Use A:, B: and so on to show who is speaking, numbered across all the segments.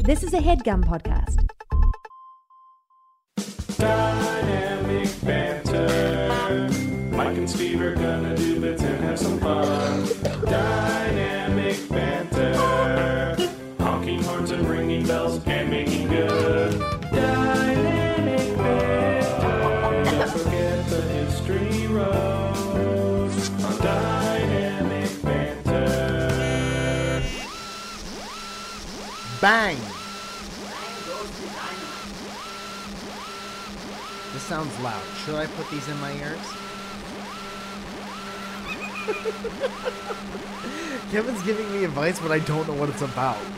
A: This is a headgum podcast.
B: Dynamic banter. Mike and Steve are gonna do bits and have some fun. Dynamic banter. Honking horns and ringing bells and making good. Dynamic banter. Don't forget the history rows on dynamic banter.
C: Bang! This sounds loud. Should I put these in my ears? Kevin's giving me advice, but I don't know what it's about.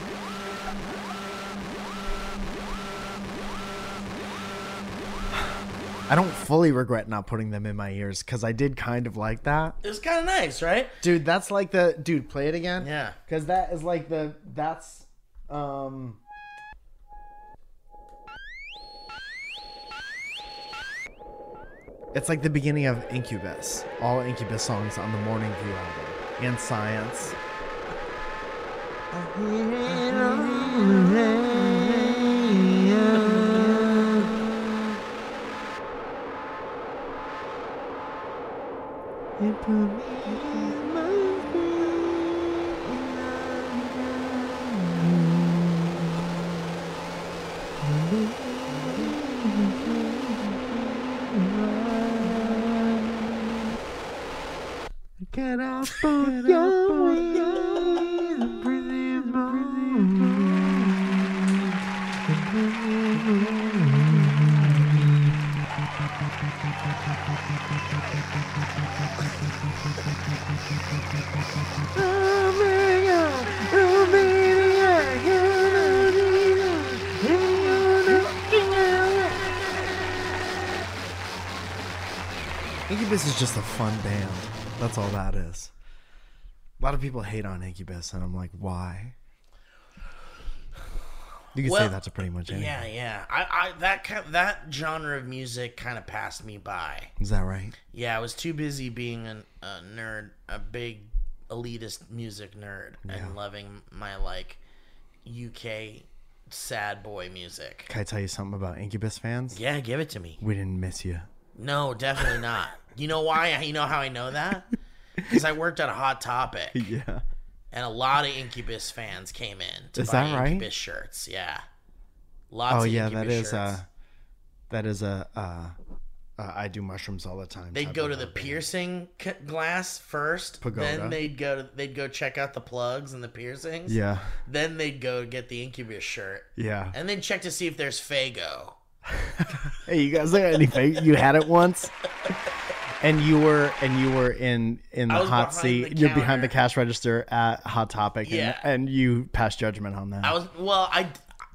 C: I don't fully regret not putting them in my ears because I did kind of like that.
D: It was kind of nice, right?
C: Dude, that's like the dude. Play it again.
D: Yeah.
C: because that is like the that's um. It's like the beginning of Incubus. All Incubus songs on the Morning View album and Science. Get up on your way and breathe in Incubus is just a fun band. That's all that is. A lot of people hate on Incubus, and I'm like, why? You can say
D: Well,
C: that to pretty much anyone.
D: Yeah, yeah. I, I that kind, that genre of music kind of passed me by.
C: Is that right?
D: Yeah, I was too busy being an, a nerd, a big elitist music nerd, and loving my like UK sad boy music.
C: Can I tell you something about Incubus fans?
D: Yeah, give it to me.
C: We didn't miss you.
D: No, definitely not. You know why? You know how I know that? Because I worked at a Hot Topic,
C: Yeah.
D: and a lot of Incubus fans came in to
C: Is
D: buy
C: that right?
D: Incubus shirts. Yeah, lots.
C: Oh
D: of
C: yeah,
D: Incubus
C: that is
D: shirts.
C: uh that is a uh, uh I do mushrooms all the time.
D: They'd
C: type
D: go
C: of
D: to the
C: a band.
D: piercing c- glass first,
C: Pagoda.
D: then they'd go to, they'd go check out the plugs and the piercings.
C: Yeah.
D: Then they'd go get the incubus shirt
C: Yeah.
D: and then check to see if there's Fago.
C: Hey, you guys got any fake? You had it once, and you were and you were in in the
D: I was
C: hot
D: behind
C: seat.
D: the
C: You're behind
D: counter.
C: the cash register at Hot Topic,
D: Yeah.
C: and, and you passed judgment on that.
D: I was well, I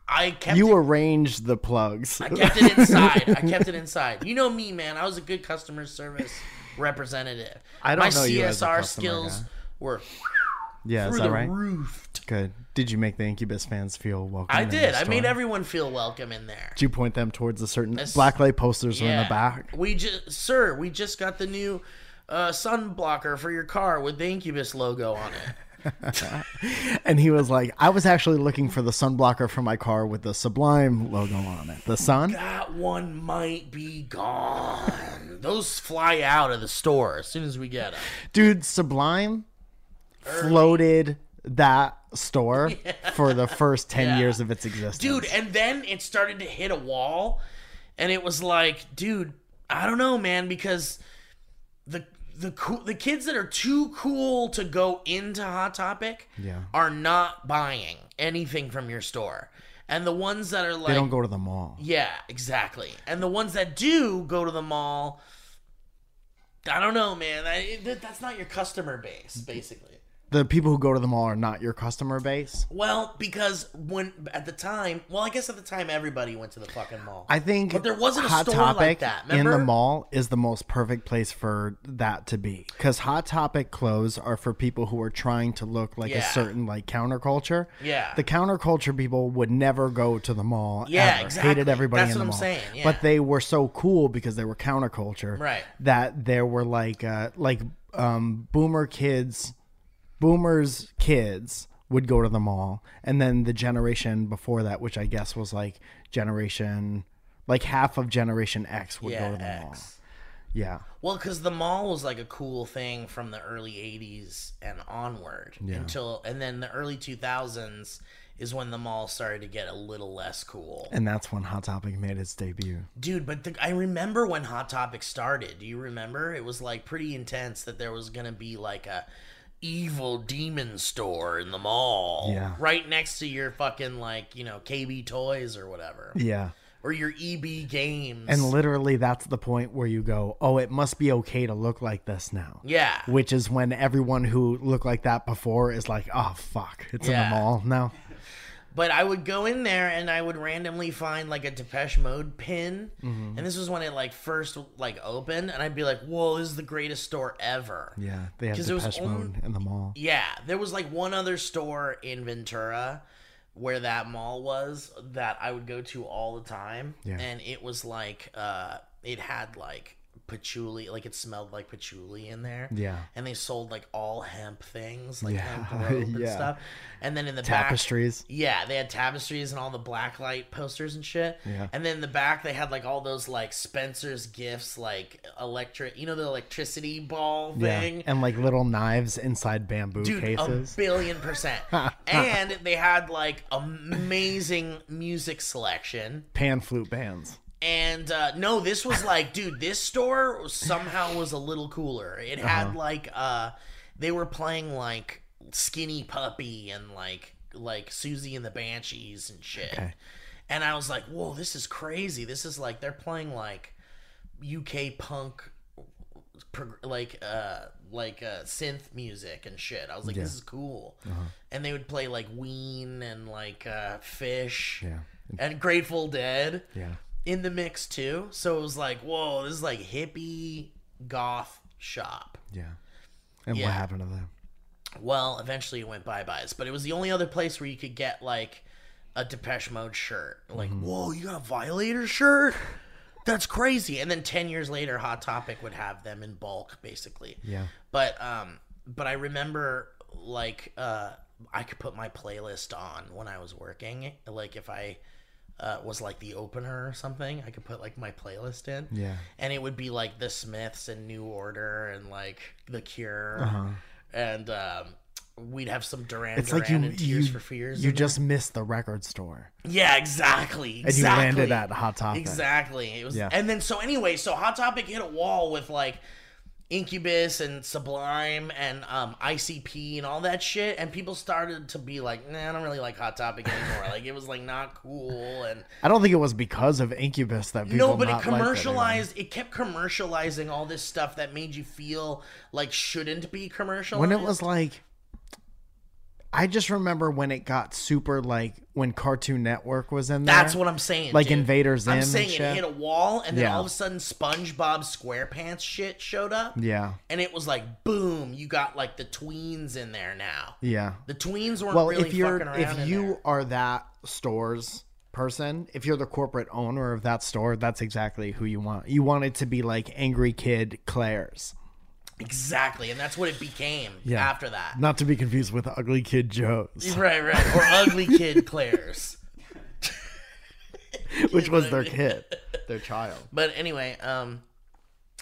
D: I kept
C: you
D: it,
C: arranged the plugs.
D: I kept it inside. I kept it inside. You know me, man. I was a good customer service representative.
C: I don't
D: My
C: know
D: CSR
C: you as a customer
D: skills
C: guy.
D: were
C: yeah, is
D: through
C: that
D: the
C: right?
D: roof.
C: Good. Did you make the Incubus fans feel welcome?
D: I
C: in
D: did.
C: the
D: I made
C: store?
D: everyone feel welcome in there.
C: Did you point them towards a certain
D: That's-
C: blacklight posters were in the back?
D: We just, sir, we just got the new uh, sun blocker for your car with the Incubus logo on it.
C: And he was like, I was actually looking for the sun blocker for my car with the Sublime logo on it. The sun?
D: That one might be gone. Those fly out of the store as soon as we get them.
C: Dude, Sublime floated that store for the first 10
D: Yeah.
C: years of its existence.
D: Dude, and then it started to hit a wall, and it was like, dude, I don't know, man, because the the cool the kids that are too cool to go into Hot Topic
C: Yeah.
D: are not buying anything from your store. And the ones that are like
C: they don't go to the mall.
D: Yeah, exactly. And the ones that do go to the mall, I don't know, man. I, that, that's not your customer base, basically.
C: The people who go to the mall are not your customer base.
D: Well, because when at the time, well, I guess at the time everybody went to the fucking mall.
C: I think
D: But there wasn't a
C: Hot
D: store like
C: Topic
D: that,
C: in the
D: remember?
C: mall is the most perfect place for that to be because Hot Topic clothes are for people who are trying to look like a
D: Yeah.
C: certain like counterculture.
D: Yeah.
C: the counterculture people would never go to the mall.
D: Yeah,
C: ever.
D: exactly.
C: Hated everybody
D: That's
C: in the
D: what I'm
C: mall.
D: saying, yeah.
C: But they were so cool because they were counterculture.
D: Right.
C: That there were like uh, like um, boomer kids, boomers kids would go to the mall, and then the generation before that, which I guess was like generation, like half of Generation X would go
D: yeah,
C: to the mall.
D: X.
C: Yeah,
D: Well, because the mall was like a cool thing from the early '80s and onward until, and then the early 2000s is when the mall started to get a little less cool.
C: and that's when Hot Topic made its debut.
D: Dude, but the, I remember when Hot Topic started. Do you remember? It was like pretty intense that there was gonna be like a evil demon store in the mall,
C: Yeah.
D: right next to your fucking like you know KB Toys or whatever,
C: Yeah,
D: or your EB Games.
C: and literally that's the point where you go, oh, it must be okay to look like this now.
D: yeah,
C: Which is when everyone who looked like that before is like, oh fuck, it's
D: Yeah.
C: in the mall now.
D: But I would go in there and I would randomly find like a Depeche Mode pin,
C: Mm-hmm.
D: and this was when it like first like opened, and I'd be like, "Whoa, this is the greatest store ever!"
C: Yeah, they have
D: 'Cause it was
C: Depeche
D: only-
C: Mode in the mall.
D: Yeah, there was like one other store in Ventura where that mall was that I would go to all the time,
C: Yeah.
D: and it was like uh, it had like patchouli, like it smelled like patchouli in there.
C: Yeah.
D: And they sold like all hemp things, like
C: Yeah,
D: hemp rope and
C: yeah.
D: stuff. And then in the back,
C: Tapestries.
D: yeah, they had tapestries and all the blacklight posters and shit.
C: Yeah.
D: And then in the back they had like all those like Spencer's gifts, like electric, you know, the electricity ball thing.
C: Yeah. And like little knives inside bamboo
D: Dude,
C: cases.
D: a billion percent. and they had like amazing music selection.
C: Pan flute bands.
D: And uh, no, this was like, dude, this store was- somehow was a little cooler. It had like, uh, they were playing like Skinny Puppy and like like Susie and the Banshees and shit. And I was like, whoa, this is crazy. This is like they're playing like UK punk, prog- like uh like uh synth music and shit. I was like, this is cool. And they would play like Ween and like uh Fish
C: Yeah.
D: and Grateful Dead
C: Yeah.
D: in the mix too. So it was like, whoa, this is like hippie goth shop.
C: Yeah. And
D: Yeah.
C: what happened to them?
D: Well, eventually it went bye byes, but it was the only other place where you could get like a Depeche Mode shirt. Like,
C: Mm-hmm.
D: whoa, you got a Violator shirt? That's crazy. And then ten years later, Hot Topic would have them in bulk, basically.
C: Yeah.
D: But um, but I remember like uh, I could put my playlist on when I was working. Like if I uh, was like the opener or something, I could put like my playlist in.
C: Yeah.
D: And it would be like The Smiths and New Order and like The Cure, and um, we'd have some
C: Uh-huh.
D: Duran
C: It's
D: Duran
C: like you
D: and Tears
C: you,
D: for Fears.
C: you
D: in there.
C: just missed the record store.
D: yeah, exactly,
C: And
D: exactly.
C: you landed at Hot Topic.
D: Exactly. It was,
C: Yeah.
D: and then so anyway, so Hot Topic hit a wall with like Incubus and Sublime and um, ICP and all that shit, and people started to be like, "Nah, I don't really like Hot Topic anymore." like it was like not cool, and
C: I don't think it was because of Incubus that people
D: no, but it
C: not liked anymore.
D: commercialized. It kept commercializing all this stuff that made you feel like shouldn't be commercialized.
C: when it was like I just remember when it got super like when Cartoon Network was in there.
D: That's what I'm saying.
C: Like
D: dude.
C: Invaders
D: I'm
C: In and
D: saying it
C: shit.
D: hit a wall, and then
C: Yeah.
D: all of a sudden, SpongeBob SquarePants shit showed up.
C: Yeah.
D: and it was like boom you got like the tweens in there now
C: Yeah.
D: the tweens weren't
C: well
D: really
C: if you're
D: fucking around
C: if
D: in
C: you
D: there.
C: are that store's person if you're the corporate owner of that store that's exactly who you want you want it to be like angry kid claire's
D: exactly and that's what it became
C: Yeah.
D: after that
C: not to be confused with ugly kid joe's
D: right right or ugly kid claire's
C: which was their kid their child
D: but anyway um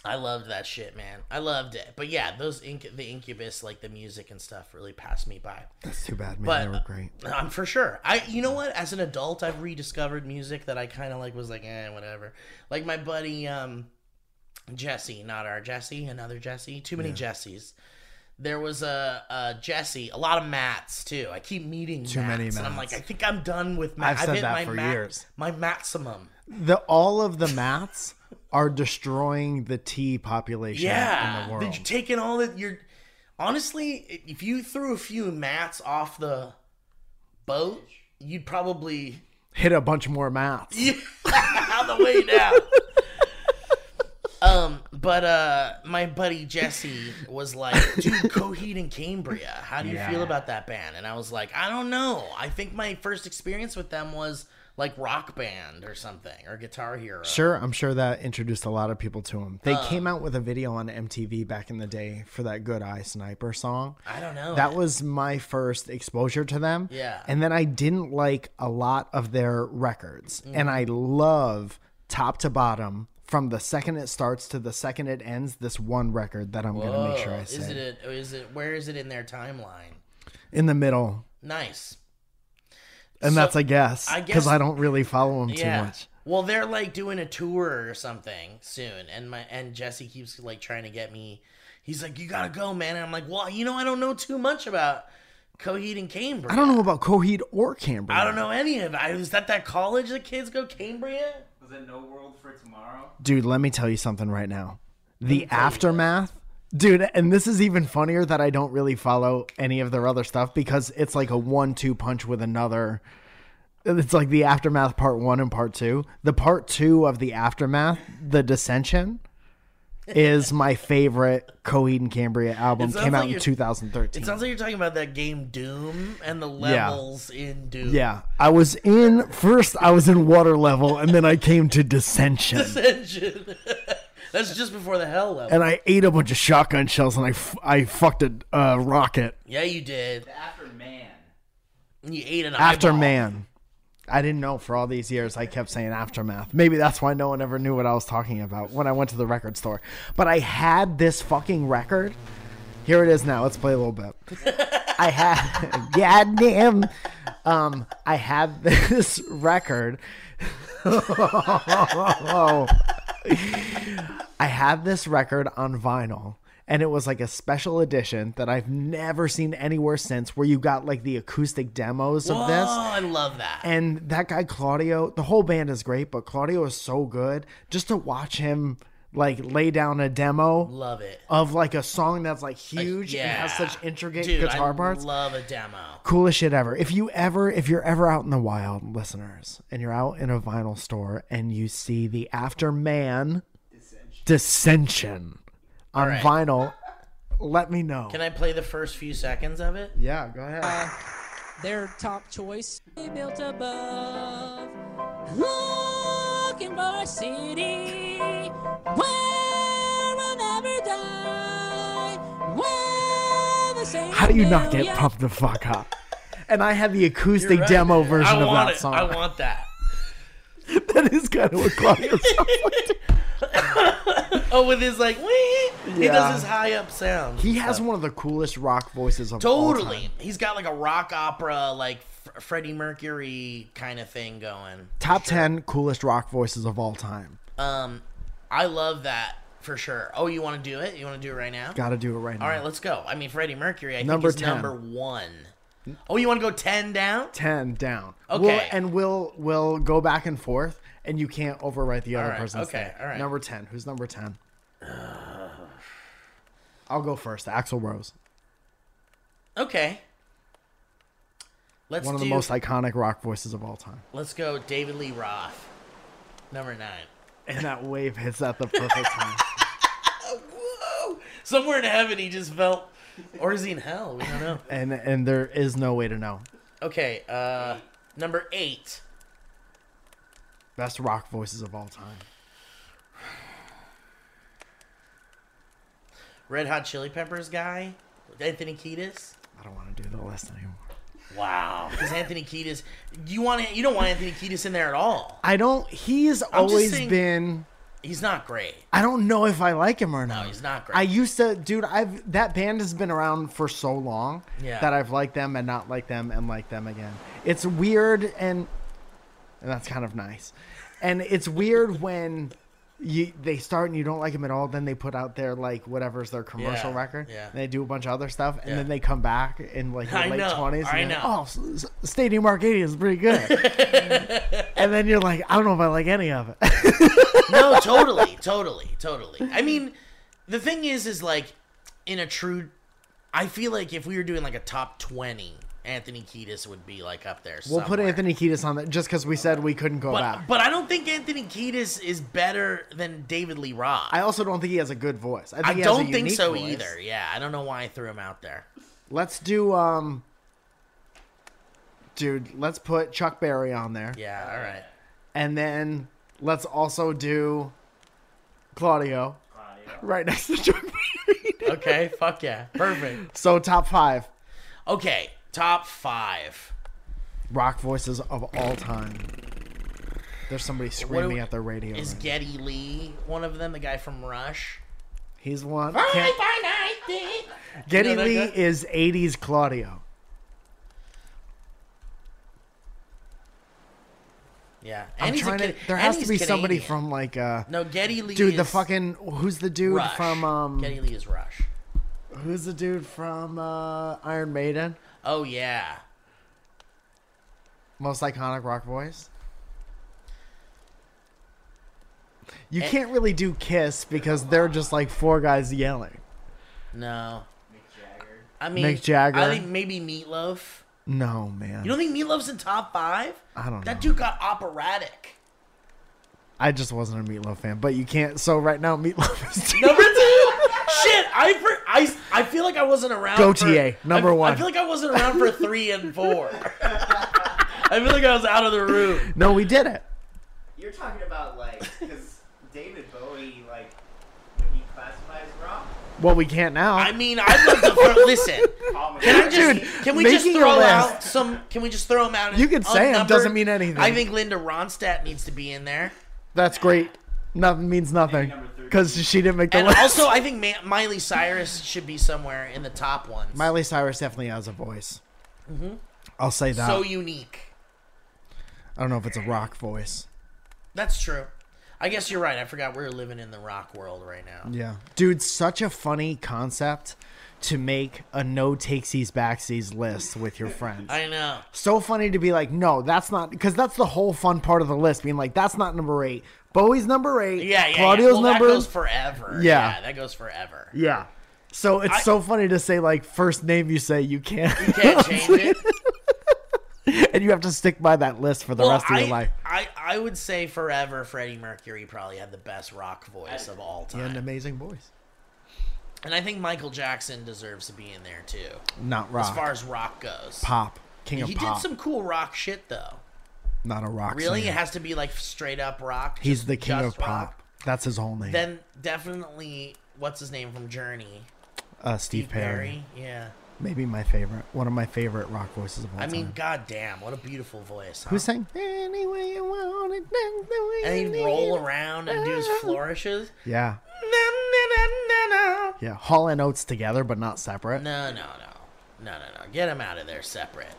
D: i loved that shit man i loved it but yeah those inc- the incubus like the music and stuff really passed me by
C: that's too bad man
D: But-
C: they were great
D: Um, for sure. I you know what? As an adult, I've rediscovered music that I kind of like was like eh, whatever. Like my buddy um, Jesse, not our Jesse, another Jesse. Too many Jessies. There was a, a Jesse, a lot of Matts too. I keep meeting too
C: many
D: and I'm like,
C: Matts.
D: I think I'm done with Matt.
C: I've said
D: hit
C: that
D: my
C: for
D: ma-
C: years.
D: My maximum.
C: the all of the mats are destroying the tea population
D: Yeah,
C: in the world
D: Did you taking all that? You're honestly, if you threw a few Matts off the boat, you'd probably
C: hit a bunch more mats
D: on the way down. um, but uh, my buddy Jesse was like, "Dude, Coheed and Cambria, how do you
C: Yeah.
D: feel about that band?" And I was like, "I don't know. I think my first experience with them was like Rock Band or something or Guitar Hero.
C: Sure, I'm sure that introduced a lot of people to him. They came out with a video on MTV back in the day for that Good Eye Sniper song.
D: I don't know.
C: That was my first exposure to them.
D: Yeah.
C: And then I didn't like a lot of their records. And
D: Mm.
C: I love top to bottom from the second it starts to the second it ends this one record that I'm going to make sure
D: Oh,
C: I
D: is
C: say.
D: it? A, is it? Where is it in their timeline?
C: In the middle.
D: Nice.
C: And
D: So,
C: that's a guess
D: I
C: because
D: guess-
C: I, don't really follow them too much.
D: Well, they're like doing a tour or something soon, and my and Jesse keeps like trying to get me. He's like, "You gotta go, man." And I'm like, "Well, you know, I don't know too much about Coheed and Cambria.
C: I don't know about Coheed or Cambria.
D: I don't know any of it. I- Is that that college the kids go Cambria?
B: Was it No World for Tomorrow?
C: Dude, let me tell you something right now. The aftermath, dude, and this is even funnier that I don't really follow any of their other stuff because it's like a one two punch with another. It's like the aftermath part one and part two. The part two of the aftermath, the dissension, is my favorite Coheed and Cambria album.
D: sounds
C: Came out
D: like
C: in
D: you're- It
C: 2013.
D: sounds like you're talking about that game Doom and the levels in Doom.
C: yeah, I was in first. I was in water level, and then I came to dissension.
D: Ascension. That's just before the hell level.
C: and I ate a bunch of shotgun shells and I, f- I fucked a uh, rocket
D: yeah, you did.
B: After Man.
D: And you ate an
C: after
D: eyeball.
C: man. I didn't know for all these years. I kept saying aftermath. Maybe that's why no one ever knew what I was talking about when I went to the record store. But I had this fucking record. Here it is now. Let's play a little bit. I had goddamn. Um, I had this record. I had this record on vinyl and it was like a special edition that I've never seen anywhere since where you got like the acoustic demos
D: Oh,
C: of this.
D: I love that.
C: And that guy Claudio, the whole band is great, but Claudio is so good. Just to watch him like lay down a demo
D: Love it.
C: of like a song that's like huge and has
D: yeah.
C: such intricate
D: Dude,
C: guitar
D: I
C: parts.
D: love a demo.
C: coolest shit ever. If you ever, if you're ever out in the wild, listeners, and you're out in a vinyl store and you see the After Man Dissension on
D: right.
C: vinyl, let me know.
D: Can I Uh, play the first few seconds of it?
C: yeah, go ahead.
A: their top choice. Built above, looking for a city where I'll never die. Where the same
C: How do you not get
A: hallelujah
C: pumped the fuck up? And I had the acoustic
D: Right.
C: demo version
D: I
C: of
D: want
C: that
D: it.
C: song.
D: I want that.
C: that is kind of what Claudio sounds like.
D: Oh, with his like, wee. he
C: Yeah.
D: does his high up sound.
C: He has one of the coolest rock voices of all time.
D: totally. He's got like a rock opera, like F- Freddie Mercury kind of thing going.
C: Top 10 coolest rock voices of all time.
D: Um, I love that for sure. Oh, you want to do it? You want to do it right now?
C: Gotta do it right now.
D: All right, let's go. I mean, Freddie Mercury, I
C: Number
D: think is
C: 10.
D: number one. Oh, you want to go ten down?
C: 10 down.
D: Okay.
C: We'll, and we'll we'll go back and forth and you can't overwrite the other
D: right,
C: person's
D: okay,
C: name.
D: all right.
C: Number 10. Who's number 10? I'll go first. Axl Rose.
D: Okay. Let's
C: One of the
D: do.
C: most iconic rock voices of all time.
D: let's go, David Lee Roth, number nine.
C: And that wave hits at the perfect time.
D: Whoa! Somewhere in heaven, he just felt, or is he in hell? We don't know.
C: And and there is no way to know.
D: Okay, uh, number eight.
C: Best rock voices of all time.
D: Red Hot Chili Peppers guy, Anthony Kiedis.
C: I don't want to do the list anymore.
D: Wow, because Anthony Kiedis, you want you don't want Anthony Kiedis in there at all.
C: I don't he's
D: just
C: always
D: saying-
C: been
D: He's not great.
C: I don't know if I like him or not.
D: he's not great.
C: I used to, dude. I've that band has been around for so long
D: Yeah.
C: that I've liked them and not liked them and liked them again. It's weird and and that's kind of nice. And it's weird when you they start and you don't like them at all. Then they put out their like whatever's their commercial
D: Yeah,
C: record.
D: yeah.
C: And they do a bunch of other stuff and
D: Yeah.
C: then they come back in like the
D: I
C: late
D: know,
C: twenties.
D: I know.
C: Oh, S- S- Stadium Arcadia is pretty good. and then you're like, I don't know if I like any of it.
D: no, totally, totally, totally. I mean, the thing is, is like in a true. I feel like if we were doing like a top twenty, Anthony Kiedis would be like up there.
C: We'll put
D: somewhere.
C: Anthony Kiedis on that just because we said we couldn't go
D: But,
C: back.
D: but I don't think Anthony Kiedis is better than David Lee Roth.
C: I also don't think he has a good voice. I, think
D: I
C: he has a
D: don't think
C: unique
D: so
C: voice.
D: either. Yeah, I don't know why I threw him out there.
C: Let's do um dude, let's put Chuck Berry on there.
D: Yeah, all right.
C: And then let's also do Claudio
B: Claudio.
C: right next to Chuck Berry.
D: Okay, fuck yeah. Perfect.
C: so top five
D: Okay, top five.
C: rock voices of all time. There's somebody screaming
D: do-
C: at their radio.
D: Is
C: right
D: Getty Lee one of them, the guy from Rush?
C: now. He's one.
D: Bye,
C: Can't-
D: bye, night, babe.
C: Geddy
D: You know that
C: Lee
D: guy?
C: is 80s Claudio.
D: Yeah. And
C: I'm
D: he's a
C: trying to.
D: Ca-
C: There
D: and
C: has to
D: he's
C: be somebody
D: Canadian.
C: from like uh,
D: No, Getty Lee.
C: dude. The
D: is
C: fucking who's the dude
D: Rush.
C: from um
D: Getty Lee is Rush.
C: who's the dude from uh, Iron Maiden?
D: Oh yeah.
C: Most iconic rock voice. You
D: Eh.
C: can't really do Kiss because they're just like four guys yelling.
D: No.
B: Mick Jagger.
D: I mean,
C: Mick Jagger.
D: I think maybe Meatloaf.
C: No man,
D: You don't think Meatloaf's in top five?
C: I don't know.
D: That dude got operatic.
C: I just wasn't a Meatloaf fan, but you can't. So right now, Meatloaf is
D: Number two. Shit, I, for, I I feel like I wasn't around.
C: Go
D: for-
C: TA, number
D: I- I
C: one.
D: feel like I wasn't around for three and four. I feel like I was out of the room.
C: no, we did it.
B: You're talking about like, because David Bowie, like, when he classifies rock,
C: Well, we can't now.
D: I mean, I'd love to fir- listen.
B: Palmer.
D: Can I just
C: Dude,
D: can we just
C: making a
D: throw
C: list-
D: out some? Can we just throw them out?
C: You can say 'em,
D: unnumbered?
C: doesn't mean anything.
D: I think Linda Ronstadt needs to be in there,
C: That's great. Nothing means nothing
B: number 13.
C: because she didn't make the
D: and
C: list.
D: also I think Ma- Miley Cyrus should be somewhere in the top ones.
C: Miley Cyrus definitely has a voice. I'll say that.
D: Mm-hmm. so unique.
C: I don't know if it's a rock voice.
D: That's true. I guess you're right. I forgot we're living in the rock world right now.
C: Yeah, dude, such a funny concept to make a no takesies backsies list with your friends.
D: I know.
C: so funny to be like, no, that's not because that's the whole fun part of the list. Being like, that's not number eight. Bowie's number eight.
D: Yeah, yeah.
C: Claudio's
D: yeah. Well,
C: number.
D: that goes forever.
C: Yeah.
D: Yeah, that goes forever.
C: yeah. So it's
D: I-
C: so funny to say like first name you say you can't,
D: Can't change it.
C: and you have to stick by that list for the
D: Well,
C: rest of
D: I,
C: your life.
D: I, I would say forever Freddie Mercury probably had the best rock voice of all
C: You had
D: time.
C: an amazing voice.
D: and I think Michael Jackson deserves to be in there too.
C: Not
D: As
C: rock.
D: far as rock goes.
C: pop. King of
D: he
C: pop.
D: did some cool rock shit though.
C: not a rock.
D: Really? It
C: singer.
D: has to be like straight up rock.
C: He's
D: just-
C: the king of
D: just
C: pop.
D: rock.
C: That's his whole name.
D: Then definitely what's his name from Journey?
C: uh, Steve, Perry.
D: Yeah.
C: maybe my favorite, one of my favorite rock voices of all
D: I
C: time.
D: mean, goddamn, what a beautiful voice. Huh?
C: who sang "Any Way You Want It"? That's the way
D: and he'd
C: you
D: roll
C: need it"?
D: around and do his flourishes.
C: Yeah,
D: Na, na, na, na, na.
C: yeah. Hall and Oates together, but not separate.
D: No, no, no. No, no, no. Get him out of there separate.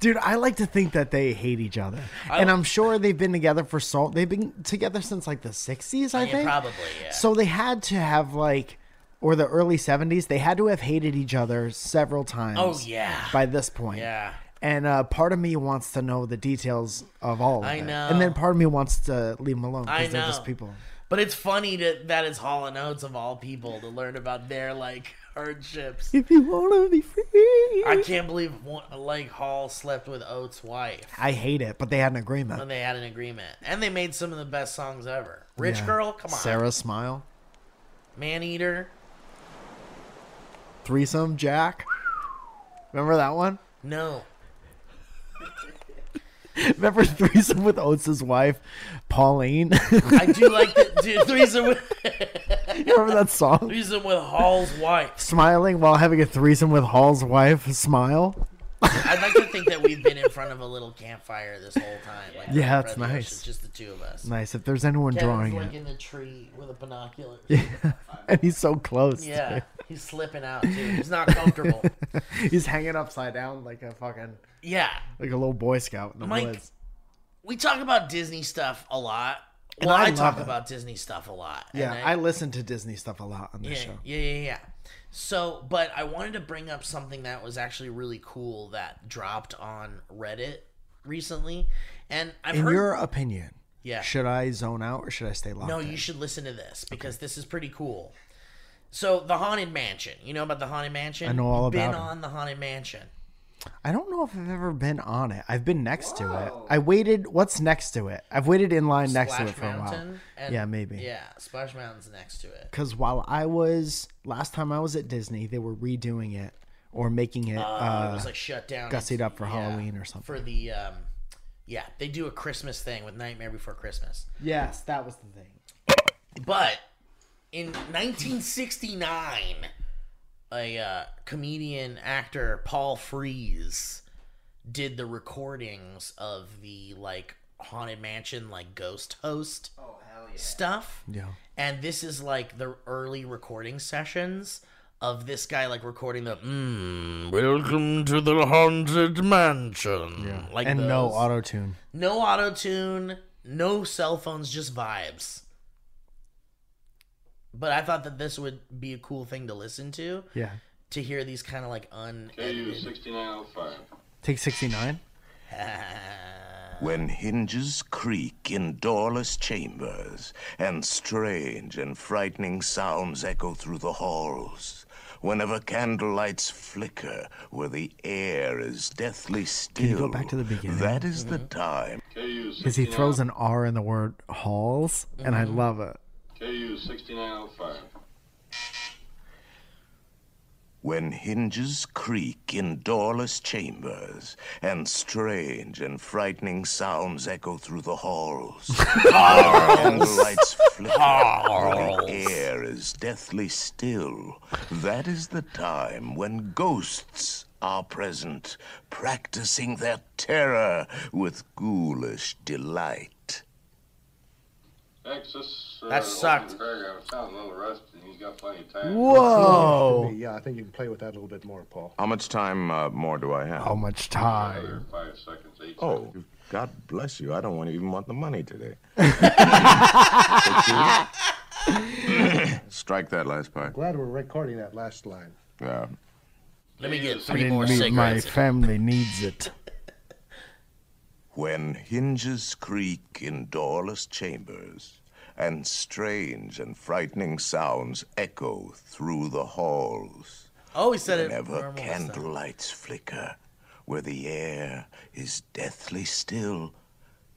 C: Dude, I like to think that they hate each other,
D: I-
C: and I'm sure they've been together for so. They've been together since like the '60s, I
D: Yeah,
C: think.
D: probably, yeah.
C: So they had to have like, or the early '70s. They had to have hated each other several times.
D: Oh, yeah.
C: By this point.
D: yeah.
C: And uh, part of me wants to know the details of all of
D: I
C: that.
D: know.
C: And then part of me wants to leave them alone
D: I
C: because they're just
D: know.
C: people.
D: But it's funny to, that it's Hall and Oates of all people to learn about their like hardships.
C: If you wanna be free,
D: I can't believe one, like Hall slept with Oates' wife
C: I hate it, but they had an agreement.
D: when they had an agreement, and they made some of the best songs ever. Rich
C: Yeah.
D: Girl, come on,
C: Sarah Smile,
D: Man Eater.
C: threesome Jack. Remember that one?
D: No,
C: Remember threesome with Oates' wife, Pauline.
D: I do like the dude, threesome with
C: Remember that song?
D: threesome with Hall's wife.
C: Smiling while having a threesome with Hall's wife. Smile.
D: I'd like to think that we've been in front of a little campfire this whole time. Like
C: Yeah,
D: right
C: that's
D: by the ocean,
C: nice.
D: Just the two of us.
C: Nice. If there's anyone
D: Kevin's
C: drawing
D: like
C: it,
D: in the tree with a binocular.
C: and he's so close.
D: Yeah, he's slipping out too. He's not comfortable.
C: he's hanging upside down like a fucking
D: yeah,
C: like a little boy scout in the
D: Mike,
C: woods.
D: we talk about Disney stuff a lot.
C: And
D: Well,
C: I
D: I,
C: love
D: talk
C: it.
D: about Disney stuff a lot. and
C: Yeah,
D: I-
C: I listen to Disney stuff a lot on this
D: yeah,
C: show.
D: yeah, yeah, yeah. So, but I wanted to bring up something that was actually really cool that dropped on Reddit recently, and I've
C: In
D: heard.
C: your opinion,
D: yeah.
C: should I zone out or should I stay locked?
D: No,
C: in?
D: you should listen to this because this is pretty cool. So, the Haunted Mansion. You know about the Haunted Mansion?
C: I know all
D: You've
C: about
D: Been
C: it.
D: on the Haunted Mansion.
C: I don't know if I've ever been on it. I've been next to it.
B: Whoa.
C: I waited. What's next to it? I've waited in line next to
D: Splash
C: it for a while.
D: Mountain. and-
C: Yeah, maybe.
D: Yeah, Splash Mountain's next to it.
C: Because while I was last time I was at Disney, they were redoing it or making it,
D: Uh, it
C: uh,
D: was like shut down.
C: gussied up for
D: Yeah,
C: Halloween or something.
D: For the um, yeah, they do a Christmas thing with Nightmare Before Christmas.
C: yes, that was the thing.
D: But in 1969, a uh, comedian actor Paul Frees did the recordings of the like haunted mansion like ghost host
B: Oh hell yeah.
D: stuff.
C: Yeah.
D: And this is like the early recording sessions of this guy like recording the mm, welcome to the haunted mansion. Mm, Like
C: and no
D: those.
C: auto tune.
D: no auto tune, no cell phones, just vibes. But I thought that this would be a cool thing to listen to,
C: Yeah.
D: to hear these kind of like unedited.
E: 6905.
C: Take 69.
F: When hinges creak in doorless chambers, and strange and frightening sounds echo through the halls, whenever candlelights flicker where the air is deathly still.
C: you go back to the beginning?
F: That is the time.
E: KU 6905.
C: Because he throws an R in the word halls, and
D: Mm-hmm.
C: I love it.
E: KU 6905.
F: When hinges creak in doorless chambers, and strange and frightening sounds echo through the halls, whenever candlelights flicker where the air is deathly still. That is the time when ghosts are present, practicing their terror with ghoulish delight.
E: Texas. Uh,
D: That sucked.
E: Oakland Craig out of town, a little rest, and he's got plenty of time.
C: Whoa.
G: Yeah, I think you can play with that a little bit more, Paul.
F: How much time uh, more do I have?
C: How much time?
E: Another Five seconds, eight
F: Oh,
E: seconds.
F: God bless you. I don't want to even want the money today. Strike that last part. Um,
G: Glad we're recording that last line.
F: Yeah.
D: Let me get
C: I
D: three
C: didn't
D: more
C: meet my
D: cigarettes.
C: family needs it.
F: When hinges creak in doorless chambers, and strange and frightening sounds echo through the halls,
D: oh, he said it.
F: whenever
D: normal stuff.
F: candlelights flicker, where the air is deathly still,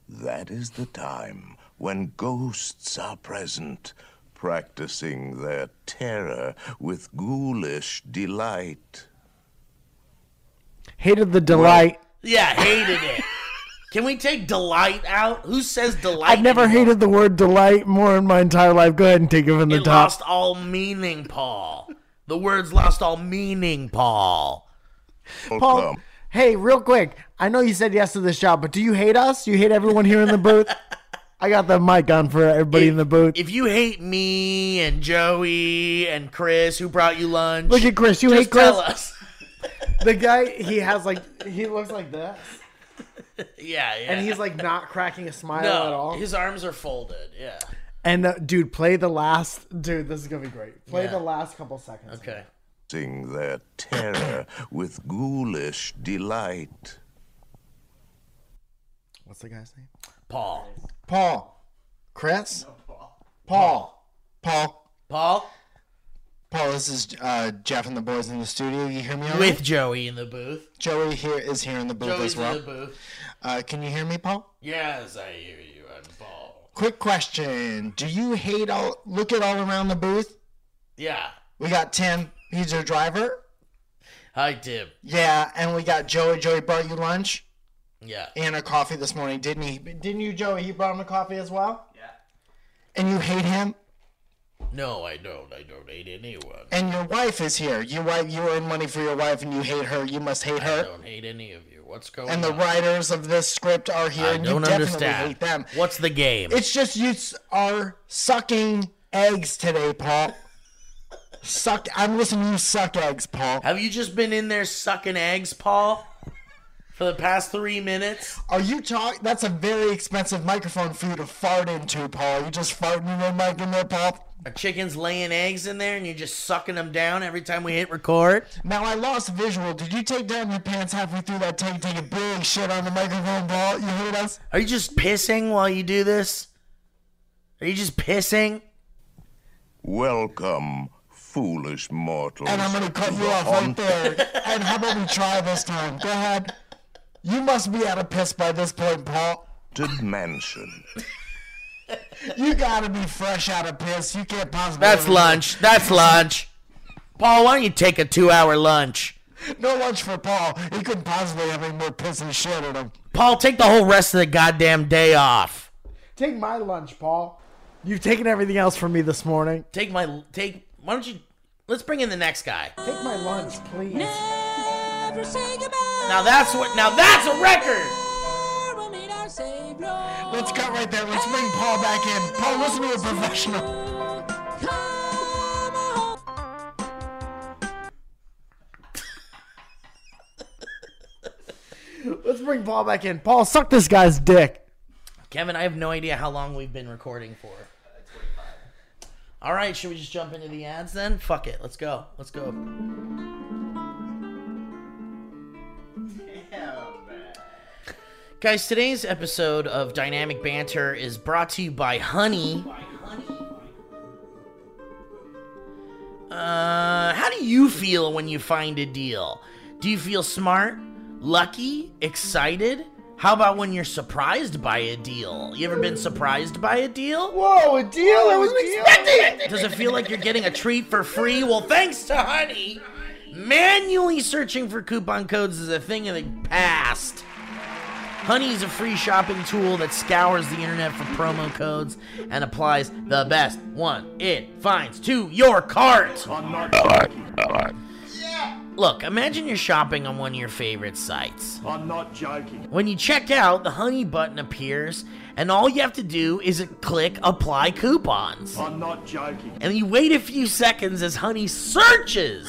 F: that is the time when ghosts are present, practicing their terror with ghoulish delight.
C: Hated the delight.
D: Yeah, hated it. Can we take delight out? Who says delight?
C: I've never
D: anymore?
C: hated the word delight more in my entire life. Go ahead and take it from the
D: it
C: top.
D: lost all meaning, Paul. The words lost all meaning, Paul.
C: Paul, hey, real quick. I know you said yes to this job, but do you hate us? You hate everyone here in the booth? I got the mic on for everybody in the booth.
D: If you hate me and Joey and Chris, who brought you lunch,
C: Look at Chris. You
D: just
C: hate Chris.
D: tell us.
C: The guy, he has like, he looks like this.
D: Yeah, yeah.
C: And he's like not cracking a smile
D: no,
C: at all.
D: his arms are folded. Yeah.
C: And uh, dude, play the last. Dude, this is going to be great. Play
D: Yeah.
C: the last couple seconds.
D: Okay.
F: Practicing their terror with ghoulish delight.
C: What's the guy's name?
D: Paul.
H: Paul. Chris? Paul. Paul.
D: Paul
H: Paul, this is uh, Jeff and the boys in the studio. You hear me? all right?
D: with Joey in the booth.
H: Joey here is here in the booth
D: Joey's
H: as well.
D: in the booth.
H: Uh, can you hear me, Paul?
D: Yes, I hear you. I'm Paul.
H: Quick question: Do you hate all? Look at all around the booth.
D: Yeah.
H: We got Tim. He's your driver.
D: Hi, Tim.
H: Yeah, and we got Joey. Joey brought you lunch
D: Yeah.
H: and a coffee this morning, didn't he? Didn't you, Joey? He brought him a coffee as well.
B: Yeah.
H: And you hate him.
D: No, I don't. I don't hate anyone.
H: And your wife is here. Your wife. You earn money for your wife, and you hate her. You must hate
D: I
H: her.
D: don't hate any of you. What's going
H: And the
D: on?
H: writers of this script are here,
D: I
H: and
D: don't
H: you definitely
D: understand.
H: hate them.
D: What's the game?
H: It's just you s- are sucking eggs today, Paul. suck. I'm listening to you suck eggs, Paul.
D: Have you just been in there sucking eggs, Paul? For the past three minutes?
H: Are you talk? That's a very expensive microphone for you to fart into, Paul. Are you just farting in your mic in there, Paul?
D: A chicken's laying eggs in there and you're just sucking them down every time we hit record?
H: Now I lost visual. Did you take down your pants halfway through that take, take a big shit on the microphone, Paul? You heard us?
D: Are you just pissing while you do this? Are you just pissing?
F: Welcome, foolish mortals.
H: And I'm gonna cut
F: to
H: you
F: the
H: off right
F: haunt-
H: there. And how about we try this time? Go ahead. You must be out of piss by this point, Paul.
F: haunted mansion.
H: You gotta be fresh out of piss. You can't possibly.
D: That's lunch. That's lunch. Paul, why don't you take a two hour lunch?
H: No lunch for Paul. He couldn't possibly have any more pissing shit in him.
D: Paul, take the whole rest of the goddamn day off.
C: Take my lunch, Paul. You've taken everything else from me this morning.
D: Take my take. Why don't you? Let's bring in the next guy.
C: Take my lunch, please.
A: Never say goodbye.
D: Now that's what. Now that's a record.
A: We'll meet our Savior.
H: Let's cut right there. Let's bring Paul back in. Paul, listen to a professional.
A: Come on.
C: Let's bring Paul back in. Paul, suck this guy's dick.
D: Kevin, I have no idea how long we've been recording for. All right, should we just jump into the ads then? Fuck it, let's go. Let's go. Guys, today's episode of Dynamic Banter is brought to you by Honey. Uh, how do you feel when you find a deal? Do you feel smart, lucky, excited? How about when you're surprised by a deal? You ever been surprised by a deal?
C: Whoa, a deal? I wasn't expecting it.
D: Does it feel like you're getting a treat for free? Well, thanks to Honey, manually searching for coupon codes is a thing of the past. Honey is a free shopping tool that scours the internet for promo codes and applies the best one it finds to your cart. Look, imagine you're shopping on one of your favorite sites.
I: I'm not joking.
D: When you check out, the Honey button appears, and all you have to do is click Apply Coupons.
I: I'm not joking.
D: and you wait a few seconds as Honey searches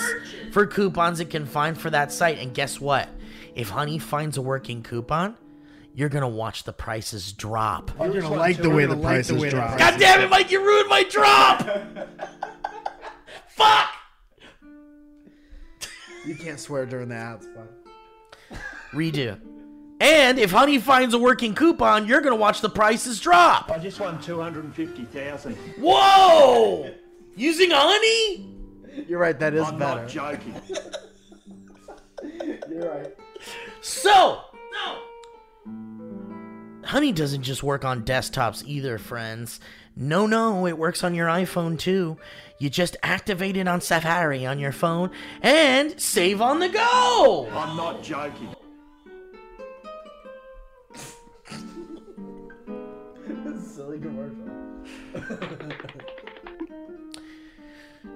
D: for coupons it can find for that site. And guess what? If Honey finds a working coupon, you're gonna watch the prices drop.
C: You're going to like the way the prices drop.
D: God damn it, Mike, you ruined my drop! Fuck!
C: You can't swear during the ads. bud.
D: Redo. And if Honey finds a working coupon, you're gonna watch the prices drop.
I: I just won 250,000.
D: Whoa! Using Honey?
C: You're right, that is
I: I'm
C: better.
I: not joking.
C: You're right.
D: So, Honey doesn't just work on desktops either, friends. No, no, it works on your iPhone too. You just activate it on Safari on your phone and save on the go.
I: I'm not joking.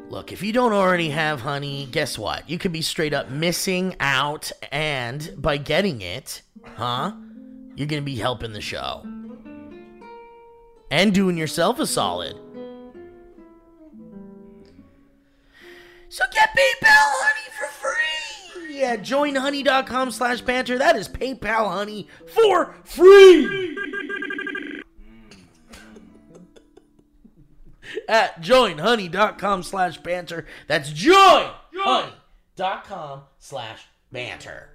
D: Look, if you don't already have honey, guess what? You could be straight up missing out, and by getting it, huh? You're gonna be helping the show. And doing yourself a solid. So get PayPal Honey for free! Yeah, join honey.com slash banter. That is PayPal Honey for free! at joinhoney.com slash banter. That's joinhoney.com slash banter.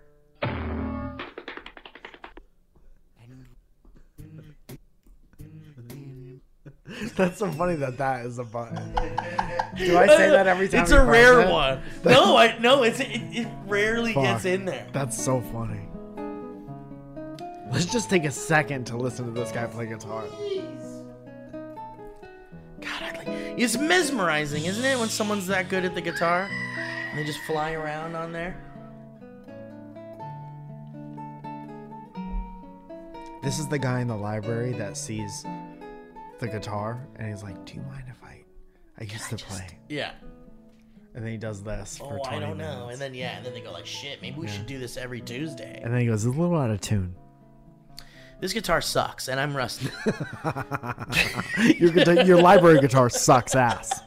C: That's so funny that that is a button. Do I say that every time?
D: It's
C: we
D: a
C: press
D: rare
C: it?
D: one. No, I no, it's it, it rarely
C: Fuck.
D: gets in there.
C: That's so funny. Let's just take a second to listen to this guy play guitar.
D: God, I'd like, it's mesmerizing, isn't it, when someone's that good at the guitar and they just fly around on there?
C: This is the guy in the library that sees the guitar and he's like, "Do you mind if I I used to play?"
D: Yeah.
C: And then he does this for
D: Oh,
C: 20
D: I don't
C: minutes.
D: know. And then yeah, and then they go like, shit, maybe we should do this every Tuesday.
C: And then he goes, "It's a little out of tune."
D: This guitar sucks, and I'm rusty.
C: Your guitar, your library guitar sucks ass.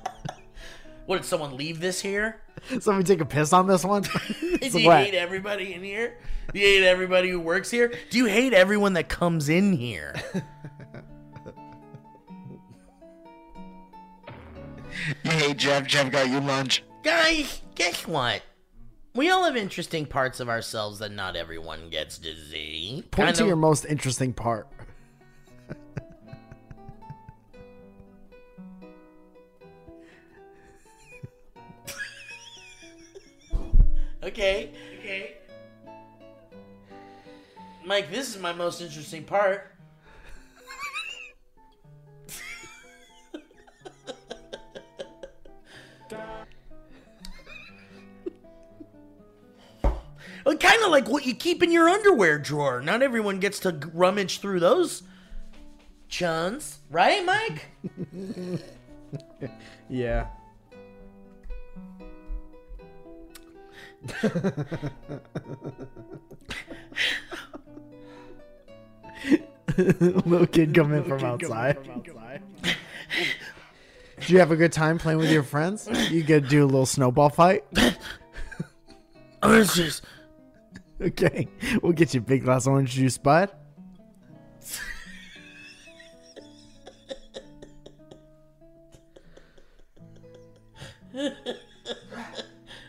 D: what did someone leave this here?
C: Somebody take a piss on this one. It's
D: Do you
C: wet.
D: hate everybody in here? Do you hate everybody who works here? Do you hate everyone that comes in here?
H: You hate Jeff. Jeff got you lunch.
D: Guys, guess what? We all have interesting parts of ourselves that not everyone gets to see.
C: Point
D: Kinda-
C: to your most interesting part.
D: Okay. Okay. Mike, this is my most interesting part. like what you keep in your underwear drawer. Not everyone gets to g- rummage through those chuns, right, Mike?
C: Yeah. Little kid coming from outside. Did you have a good time playing with your friends? You could do a little snowball fight.
D: Orange juice.
C: Okay, we'll get you a big glass of orange juice, bud.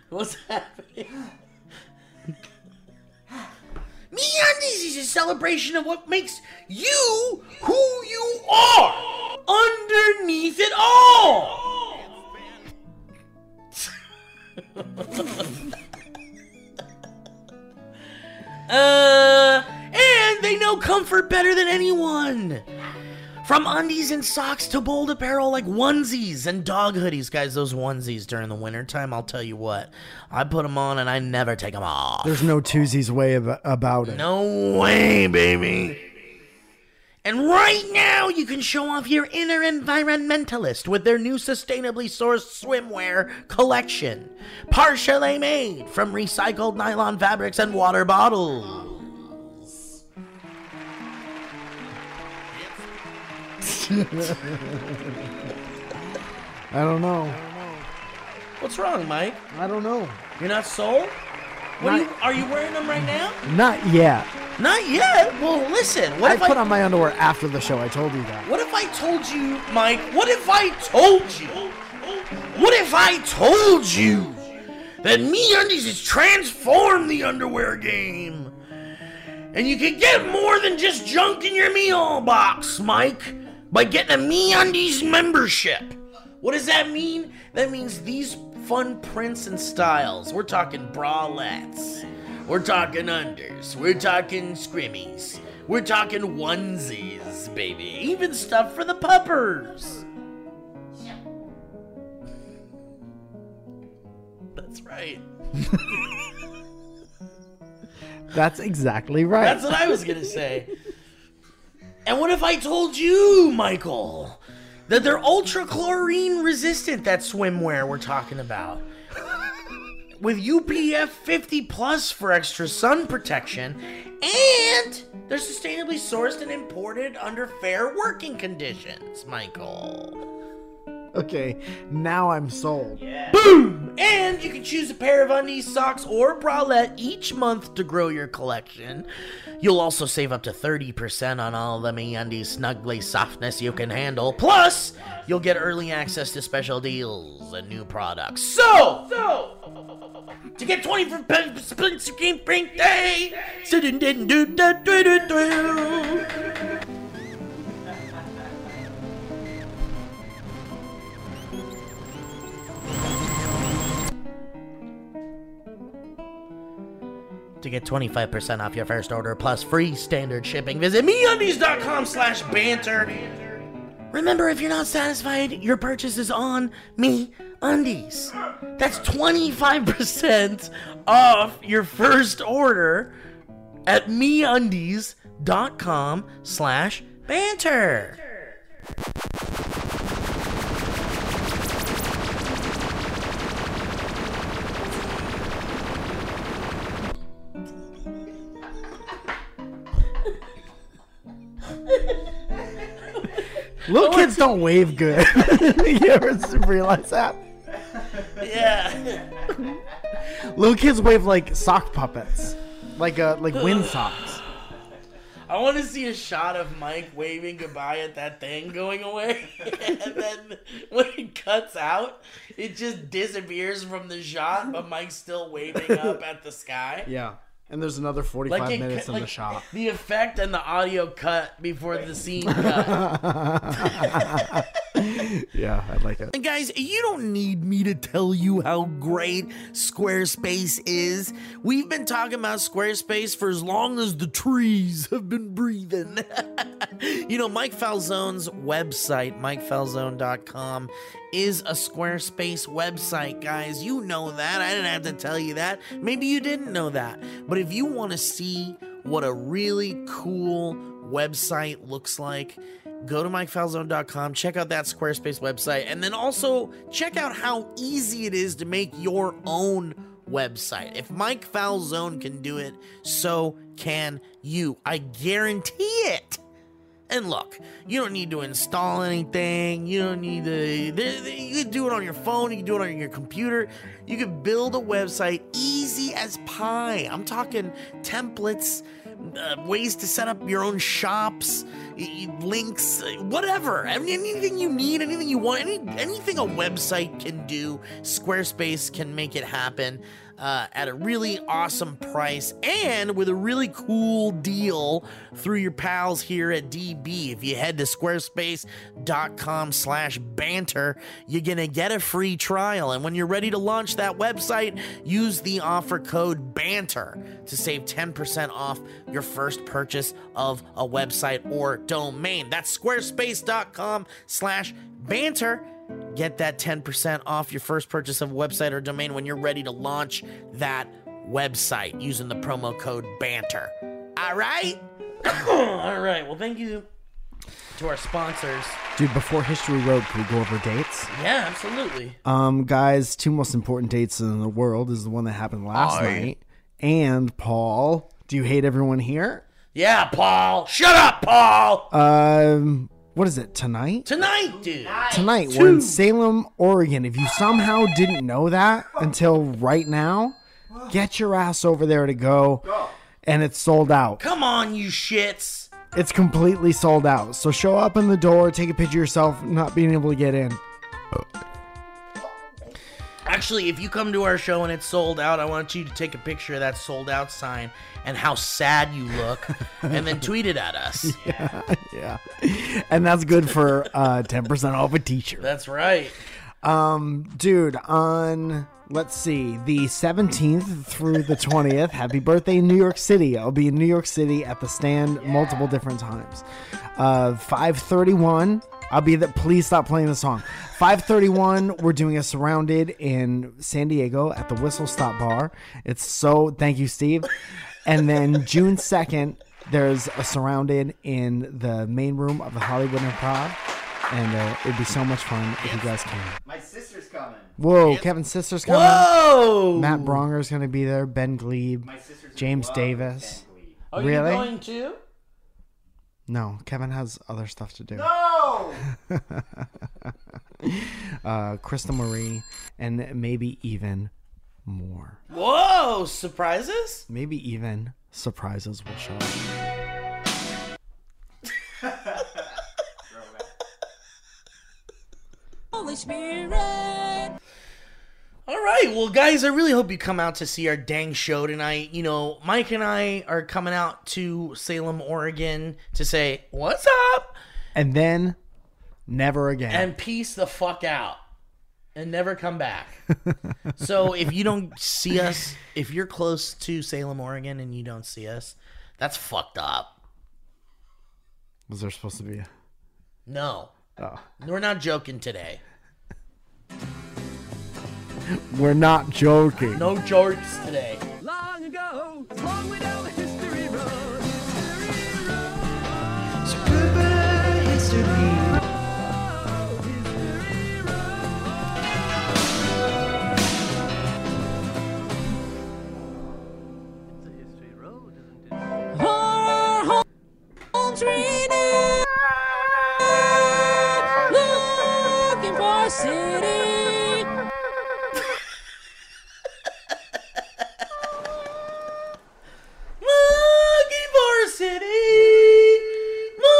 D: What's happening? MeUndies is a celebration of what makes you who you are underneath it all. uh, and they know comfort better than anyone. From undies and socks to bold apparel like onesies and dog hoodies. Guys, those onesies during the wintertime, I'll tell you what. I put them on and I never take them off.
C: There's no Tuesday's way ab- about it.
D: No way, baby. And right now, you can show off your inner environmentalist with their new sustainably sourced swimwear collection, partially made from recycled nylon fabrics and water bottles.
C: I don't know.
D: What's wrong, Mike?
C: I don't know.
D: You're not sold? What are, you, are you wearing them right now?
C: Not yet.
D: Not yet. Well, listen. What
C: I
D: if I
C: put on my underwear after the show. I told you that.
D: What if I told you, Mike? What if I told you? What if I told you that MeUndies has transformed the underwear game? And you can get more than just junk in your meal box, Mike, by getting a MeUndies membership. What does that mean? That means these fun prints and styles. We're talking bralettes. We're talking unders. We're talking scrimmies. We're talking onesies, baby. Even stuff for the puppers. That's right.
C: That's exactly right.
D: That's what I was gonna say. And what if I told you, Michael, that they're ultra chlorine resistant? That swimwear we're talking about, with UPF 50 plus for extra sun protection, and they're sustainably sourced and imported under fair working conditions, Michael.
C: okay, now I'm sold.
D: And you can choose a pair of undies, socks, or bralette each month to grow your collection. You'll also save up to 30% on all the MeUndies snuggly softness you can handle. Plus, you'll get early access to special deals and new products. So, to get 20 for Spencer King Brink Day, so didn't do that. do, do, do. To get 25% off your first order plus free standard shipping, visit MeUndies.com slash banter. Remember, if you're not satisfied, your purchase is on Me Undies. That's 25% off your first order at MeUndies.com slash banter.
C: Little kids don't wave good. you ever realize that?
D: Yeah.
C: Little kids wave like sock puppets, like uh, like wind socks.
D: I want to see a shot of Mike waving goodbye at that thing going away, and then when it cuts out, it just disappears from the shot, but Mike's still waving up at the sky.
C: Yeah, and there's another 45
D: it
C: minutes
D: cut-
C: in the
D: like,
C: shop.
D: The effect and the audio cut before the scene cut.
C: Yeah, I like it.
D: And guys, you don't need me to tell you how great Squarespace is. We've been talking about Squarespace for as long as the trees have been breathing. you know, Mike Falzone's website, mikefalzone.com, is a Squarespace website, guys. You know that. I didn't have to tell you that. Maybe you didn't know that. But if you want to see what a really cool website looks like, go to mikefalzone.com, check out that Squarespace website, and then also check out how easy it is to make your own website. If Mike Falzone can do it, so can you. I guarantee it. And look, you don't need to install anything. You don't need to. there- there- You can do it on your phone. You can do it on your computer. You can build a website easy as pie. I'm talking templates, uh, ways to set up your own shops, y- y- links, uh, whatever. I mean, anything you need, anything you want, any, anything a website can do, Squarespace can make it happen uh, at a really awesome price and with a really cool deal through your pals here at DB. If you head to squarespace.com slash banter, you're going to get a free trial. And when you're ready to launch that website, use the offer code BANTER to save 10% off your first purchase of a website or domain. That's squarespace.com slash banter. Get that 10% off your first purchase of a website or domain when you're ready to launch that website using the promo code BANTER. All right? All right. Well, thank you to our sponsors.
C: Dude, before History Road, can we go over dates?
D: Yeah, absolutely.
C: Um, guys, two most important dates in the world is the one that happened last
F: Aye.
C: night. And Paul, do you hate everyone here?
D: Yeah, Paul. Shut up, Paul.
C: Um, what is it tonight?
D: Uh, Tonight, dude.
C: Tonight we're in Salem, Oregon. If you somehow didn't know that until right now, get your ass over there to go. And it's sold out.
D: Come on, you shits.
C: It's completely sold out. So show up in the door, take a picture of yourself not being able to get in.
D: Actually, if you come to our show and it's sold out, I want you to take a picture of that sold out sign and how sad you look and then tweet it at us.
C: Yeah. And that's good for uh, 10% off a t-shirt.
D: That's right.
C: Um, dude, on let's see, the 17th through the 20th, happy birthday, New York City. I'll be in New York City at the stand multiple different times. Uh, 531. I'll be there. Please stop playing the song. 531. We're doing a surrounded in San Diego at the Whistle Stop Bar. It's so thank you, Steve. And then June 2nd, there's a surrounded in the main room of the Hollywood Improv. And uh, it'd be so much fun if you guys came.
B: My sister's coming.
C: Whoa, Kevin Sister's coming.
D: Whoa!
C: Matt Bronger's going to be there. Ben Glebe.
B: My sister's
C: James
B: love
C: Davis.
B: Ben Glee.
D: Are
C: Really?
D: Oh, you going to?
C: No, Kevin has other stuff to do.
B: No!
C: Uh, Krista Marie, and maybe even more.
D: Whoa! Surprises?
C: Maybe even surprises will show up.
A: Holy Spirit.
D: All right, well, guys, I really hope you come out to see our dang show tonight. You know, Mike and I are coming out to Salem, Oregon to say, What's up?
C: And then never again.
D: and peace the fuck out and never come back. so if you don't see us, if you're close to Salem, Oregon, and you don't see us, that's fucked up.
C: Was there supposed to be a.
D: No,
C: Oh.
D: we're not joking today.
C: We're not joking.
D: No jokes today.
A: Long ago, long way down the history road. History road. So goodbye, history road. For our homes renewed. Looking for a city.
D: Monkey Varsity! Mon-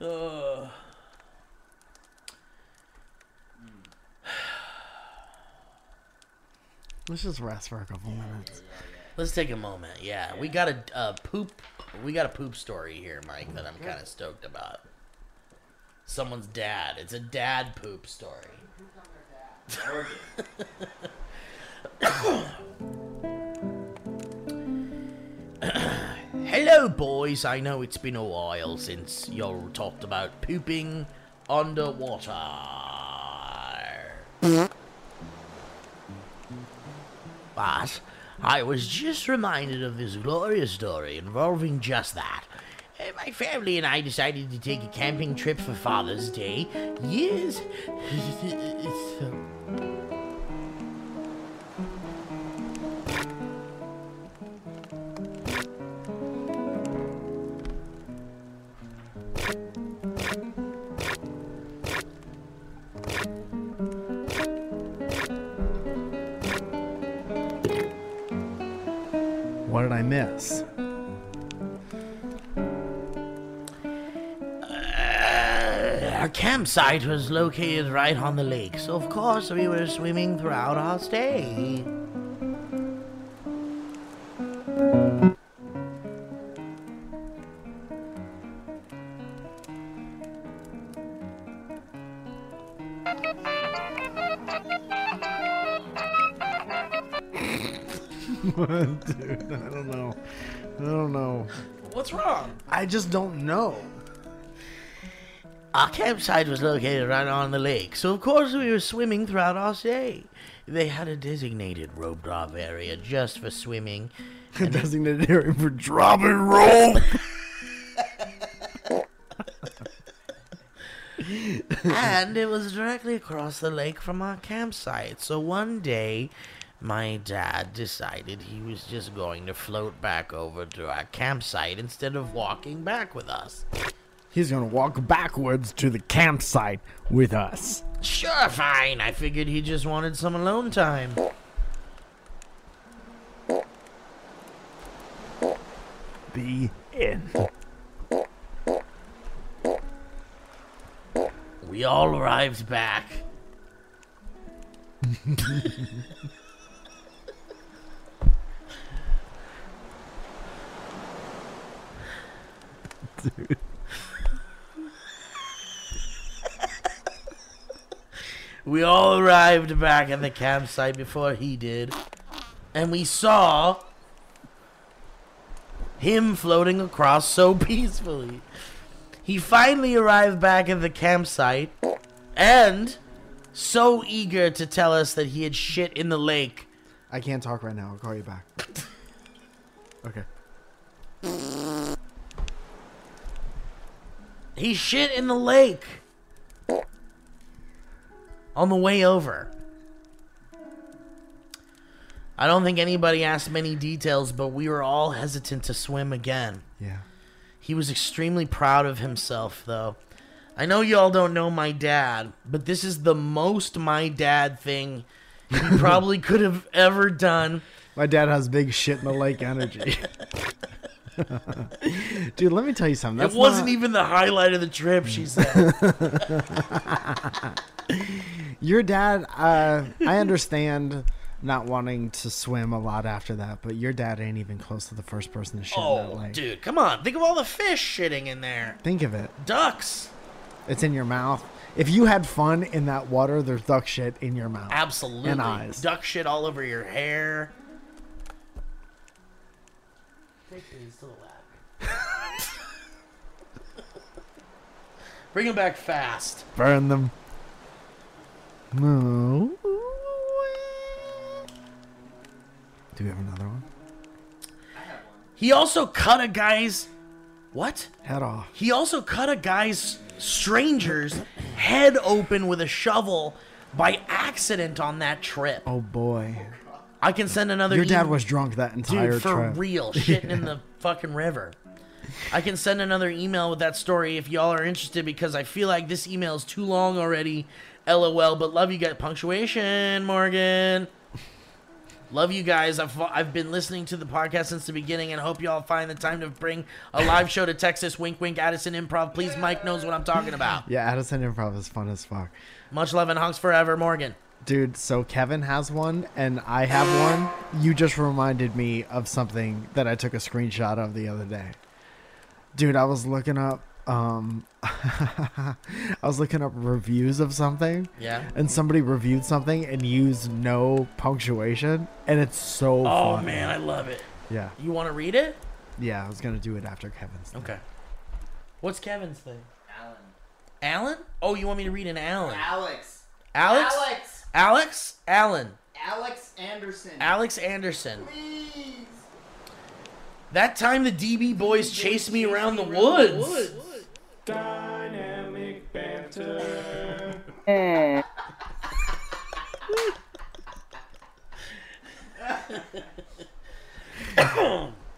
D: Ugh.
C: Let's just rest for a couple minutes.
D: Let's take a moment. Yeah, we got a uh, poop. We got a poop story here, Mike, that I'm kind of stoked about. Someone's dad. It's a dad poop story. Hello, boys. I know it's been a while since y'all talked about pooping underwater. But I was just reminded of this glorious story involving just that. Uh, My family and I decided to take a camping trip for Father's Day. Years.
C: What did I miss?
D: Our campsite was located right on the lake, so of course we were swimming throughout our stay.
C: Dude, I don't know. I don't know.
D: What's wrong?
C: I just don't know.
D: Our campsite was located right on the lake, so of course we were swimming throughout our stay. They had a designated roped off area just for swimming.
C: Designated area for dropping rope.
D: and it was directly across the lake from our campsite. So one day, my dad decided he was just going to float back over to our campsite instead of walking back with us.
C: He's gonna walk backwards to the campsite with us.
D: Sure, fine. I figured he just wanted some alone time.
C: The end.
D: We all arrived back. We all arrived back at the campsite before he did, and we saw him floating across so peacefully. He finally arrived back at the campsite and so eager to tell us that he had shit in the lake.
C: I can't talk right now. I'll call you back. Okay.
D: He shit in the lake on the way over. I don't think anybody asked many details, but we were all hesitant to swim again.
C: Yeah.
D: He was extremely proud of himself, though. I know y'all don't know my dad, but this is the most my dad thing he probably could have ever done.
C: My dad has big shit in the lake energy. Dude, let me tell you something. That's
D: it wasn't e-
C: not-
D: even the highlight of the trip, she said.
C: your dad. Uh, I understand not wanting to swim a lot after that, but your dad ain't even close to the first person to shit in that
D: oh,
C: lake.
D: dude, come on. Think of all the fish shitting in there.
C: Think of it.
D: Ducks.
C: It's in your mouth. If you had fun in that water, there's duck shit in your mouth.
D: Absolutely.
C: And eyes.
D: Duck shit all over your hair. Bring him back fast.
C: Burn them. No. Do we have another one?
D: He also cut a guy's what?
C: Head off.
D: He also cut a guy's stranger's head open with a shovel by accident on that trip.
C: Oh boy.
D: I can send another.
C: Your dad
D: em-
C: was drunk that entire
D: dude for
C: trip.
D: real shitting in the fucking river. I can send another email with that story if y'all are interested because I feel like this email is too long already. LOL, but love you guys. Punctuation, Morgan. Love you guys. I've, fo- I've been listening to the podcast since the beginning and hope y'all find the time to bring a live show to Texas. Wink, wink, Addison Improv. Please, Mike knows what I'm talking about.
C: yeah, Addison improv is fun as fuck.
D: Much love and honks forever, Morgan.
C: Dude, so Kevin has one and I have one. You just reminded me of something that I took a screenshot of the other day. Dude, I was looking up um I was looking up reviews of something.
D: Yeah.
C: And somebody reviewed something and used no punctuation and it's so
D: Oh
C: funny.
D: man, I love it.
C: Yeah.
D: You want to read it?
C: Yeah, I was going to do it after Kevin's.
D: Okay. What's Kevin's thing?
B: Alan.
D: Alan? Oh, you want me to read an Alan?
B: Alex.
D: Alex?
B: Alex.
D: Alex? Alan.
B: Alex Anderson.
D: Alex Anderson.
B: Please.
D: That time the DB boys chased me around the woods.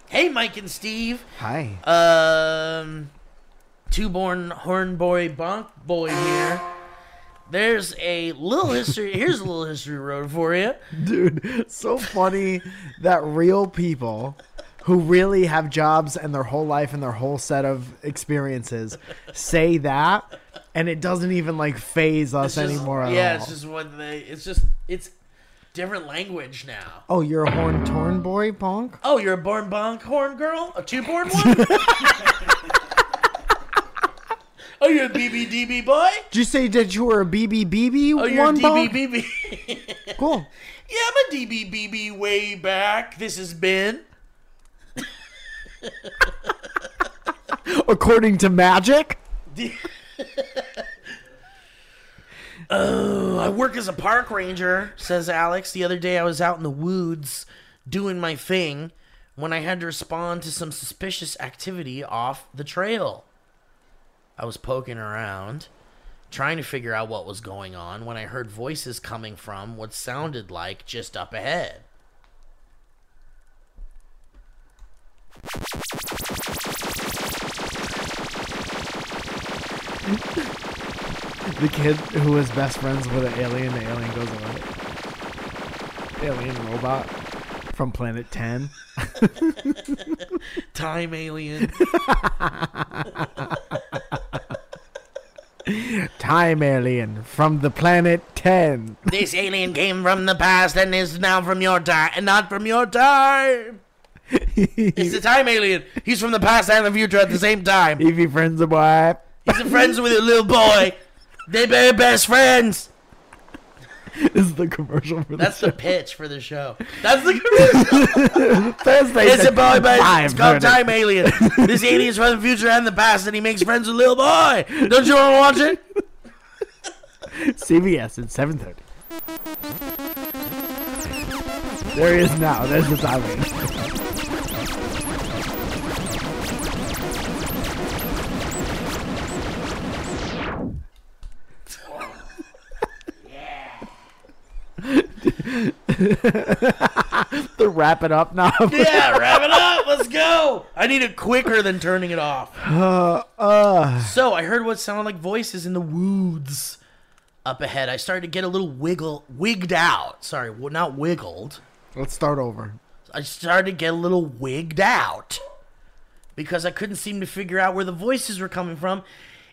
D: Hey, Mike and Steve.
C: Hi.
D: Um, two born horn boy bonk boy here. There's a little history. Here's a little history road for you.
C: Dude, so funny that real people who really have jobs and their whole life and their whole set of experiences say that and it doesn't even like phase us
D: It's just-
C: anymore at
D: yeah,
C: all.
D: it's just what they. It's just it's different language now.
C: oh, you're a horn torn boy, Bonk?
D: Oh, you're a born bonk horn girl, a two born one. oh, you're a BBDB boy.
C: Did you say that you were a BBBB
D: Oh,
C: one
D: you're a
C: Bonk?
D: DBBB.
C: Cool.
D: yeah, I'm a DBBB way back. This has been.
C: According to magic?
D: I work as a park ranger, says Alex. The other day I was out in the woods doing my thing when I had to respond to some suspicious activity off the trail. I was poking around, trying to figure out what was going on when I heard voices coming from what sounded like just up ahead.
C: The kid who was best friends with an alien, the alien goes away. Alien robot from Planet 10.
D: Time alien.
C: Time alien from the planet 10.
D: this alien came from the past and is now from your time and not from your time. It's the time alien. He's from the past and the future at the same time.
C: Evie friends of wife.
D: He's friends with a little boy. They be best friends.
C: is the commercial for
D: That's
C: the
D: the pitch for the show. That's the commercial.
C: Thursday.
D: It's a boy, but it's
C: Five
D: called
C: minutes.
D: Time Alien. This alien's from the future and the past, and he makes friends with a little boy. Don't you want to watch it?
C: CBS at 7:30. There he is now. There's the timing. the wrap it up knob.
D: Yeah, wrap it up. Let's go. I need it quicker than turning it off.
C: Uh,
D: So I heard what sounded like voices in the woods up ahead. I started to get a little wiggle, wigged out. Sorry, w- not wiggled.
C: Let's start over.
D: I started to get a little wigged out because I couldn't seem to figure out where the voices were coming from.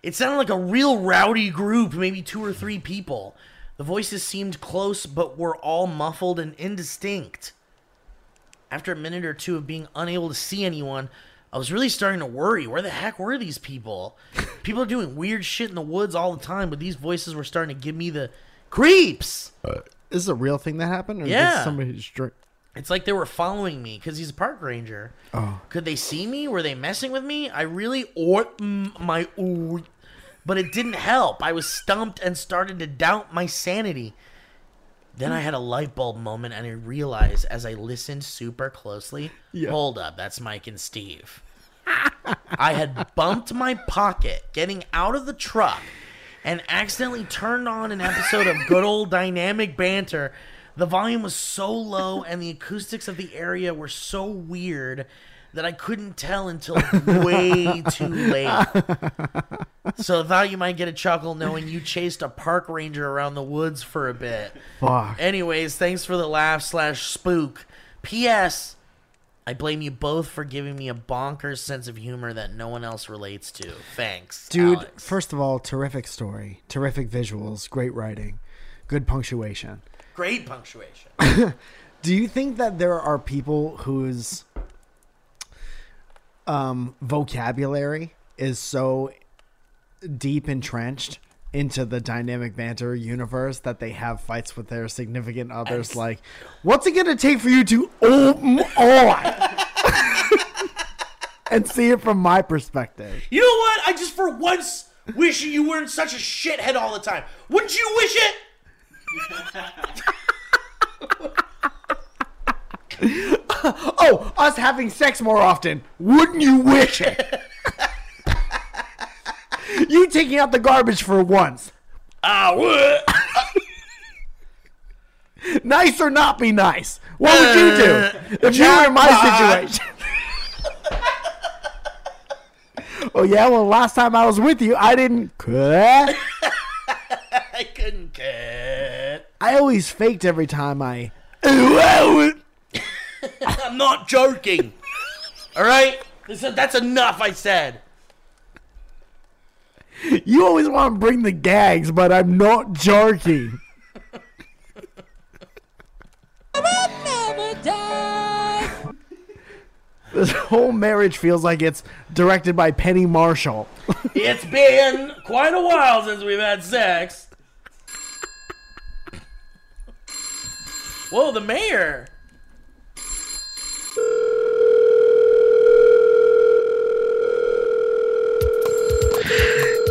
D: It sounded like a real rowdy group, maybe two or three people. The voices seemed close, but were all muffled and indistinct. After a minute or two of being unable to see anyone, I was really starting to worry. Where the heck were these people? people are doing weird shit in the woods all the time, but these voices were starting to give me the creeps.
C: Is this a real thing that happened? Or
D: Yeah.
C: Did somebody just drink?
D: It's like they were following me because he's a park ranger.
C: Oh.
D: Could they see me? Were they messing with me? I really or mm, my or, but it didn't help. I was stumped and started to doubt my sanity. Then I had a light bulb moment and I realized as I listened super closely.
C: Yeah.
D: Hold up, that's Mike and Steve. I had bumped my pocket getting out of the truck and accidentally turned on an episode of good old dynamic banter. The volume was so low and the acoustics of the area were so weird that I couldn't tell until way too late. So I thought you might get a chuckle knowing you chased a park ranger around the woods for a bit.
C: Fuck.
D: Anyways, thanks for the laugh slash spook. P.S. I blame you both for giving me a bonkers sense of humor that no one else relates to. Thanks,
C: Dude,
D: Alex.
C: first of all, terrific story, terrific visuals, great writing. Good punctuation.
D: Great punctuation.
C: Do you think that there are people whose um, vocabulary is so deep entrenched into the dynamic banter universe that they have fights with their significant others? Like, what's it gonna take for you to open on? and see it from my perspective.
D: You know what? I just for once wish you weren't such a shithead all the time. Wouldn't you wish it?
C: Oh, us having sex more often. Wouldn't you wish it? you taking out the garbage for once.
D: I would.
C: Nice or not be nice. What would you do if you were in my
D: jackpot.
C: situation? oh yeah, well last time I was with you, I didn't cut.
D: I couldn't care.
C: I always faked every time I
D: I'm not joking. all right? This- That's enough, I said.
C: You always want to bring the gags, but I'm not joking. This whole marriage feels like it's directed by Penny Marshall.
D: It's been quite a while since we've had sex. Whoa, the mayor.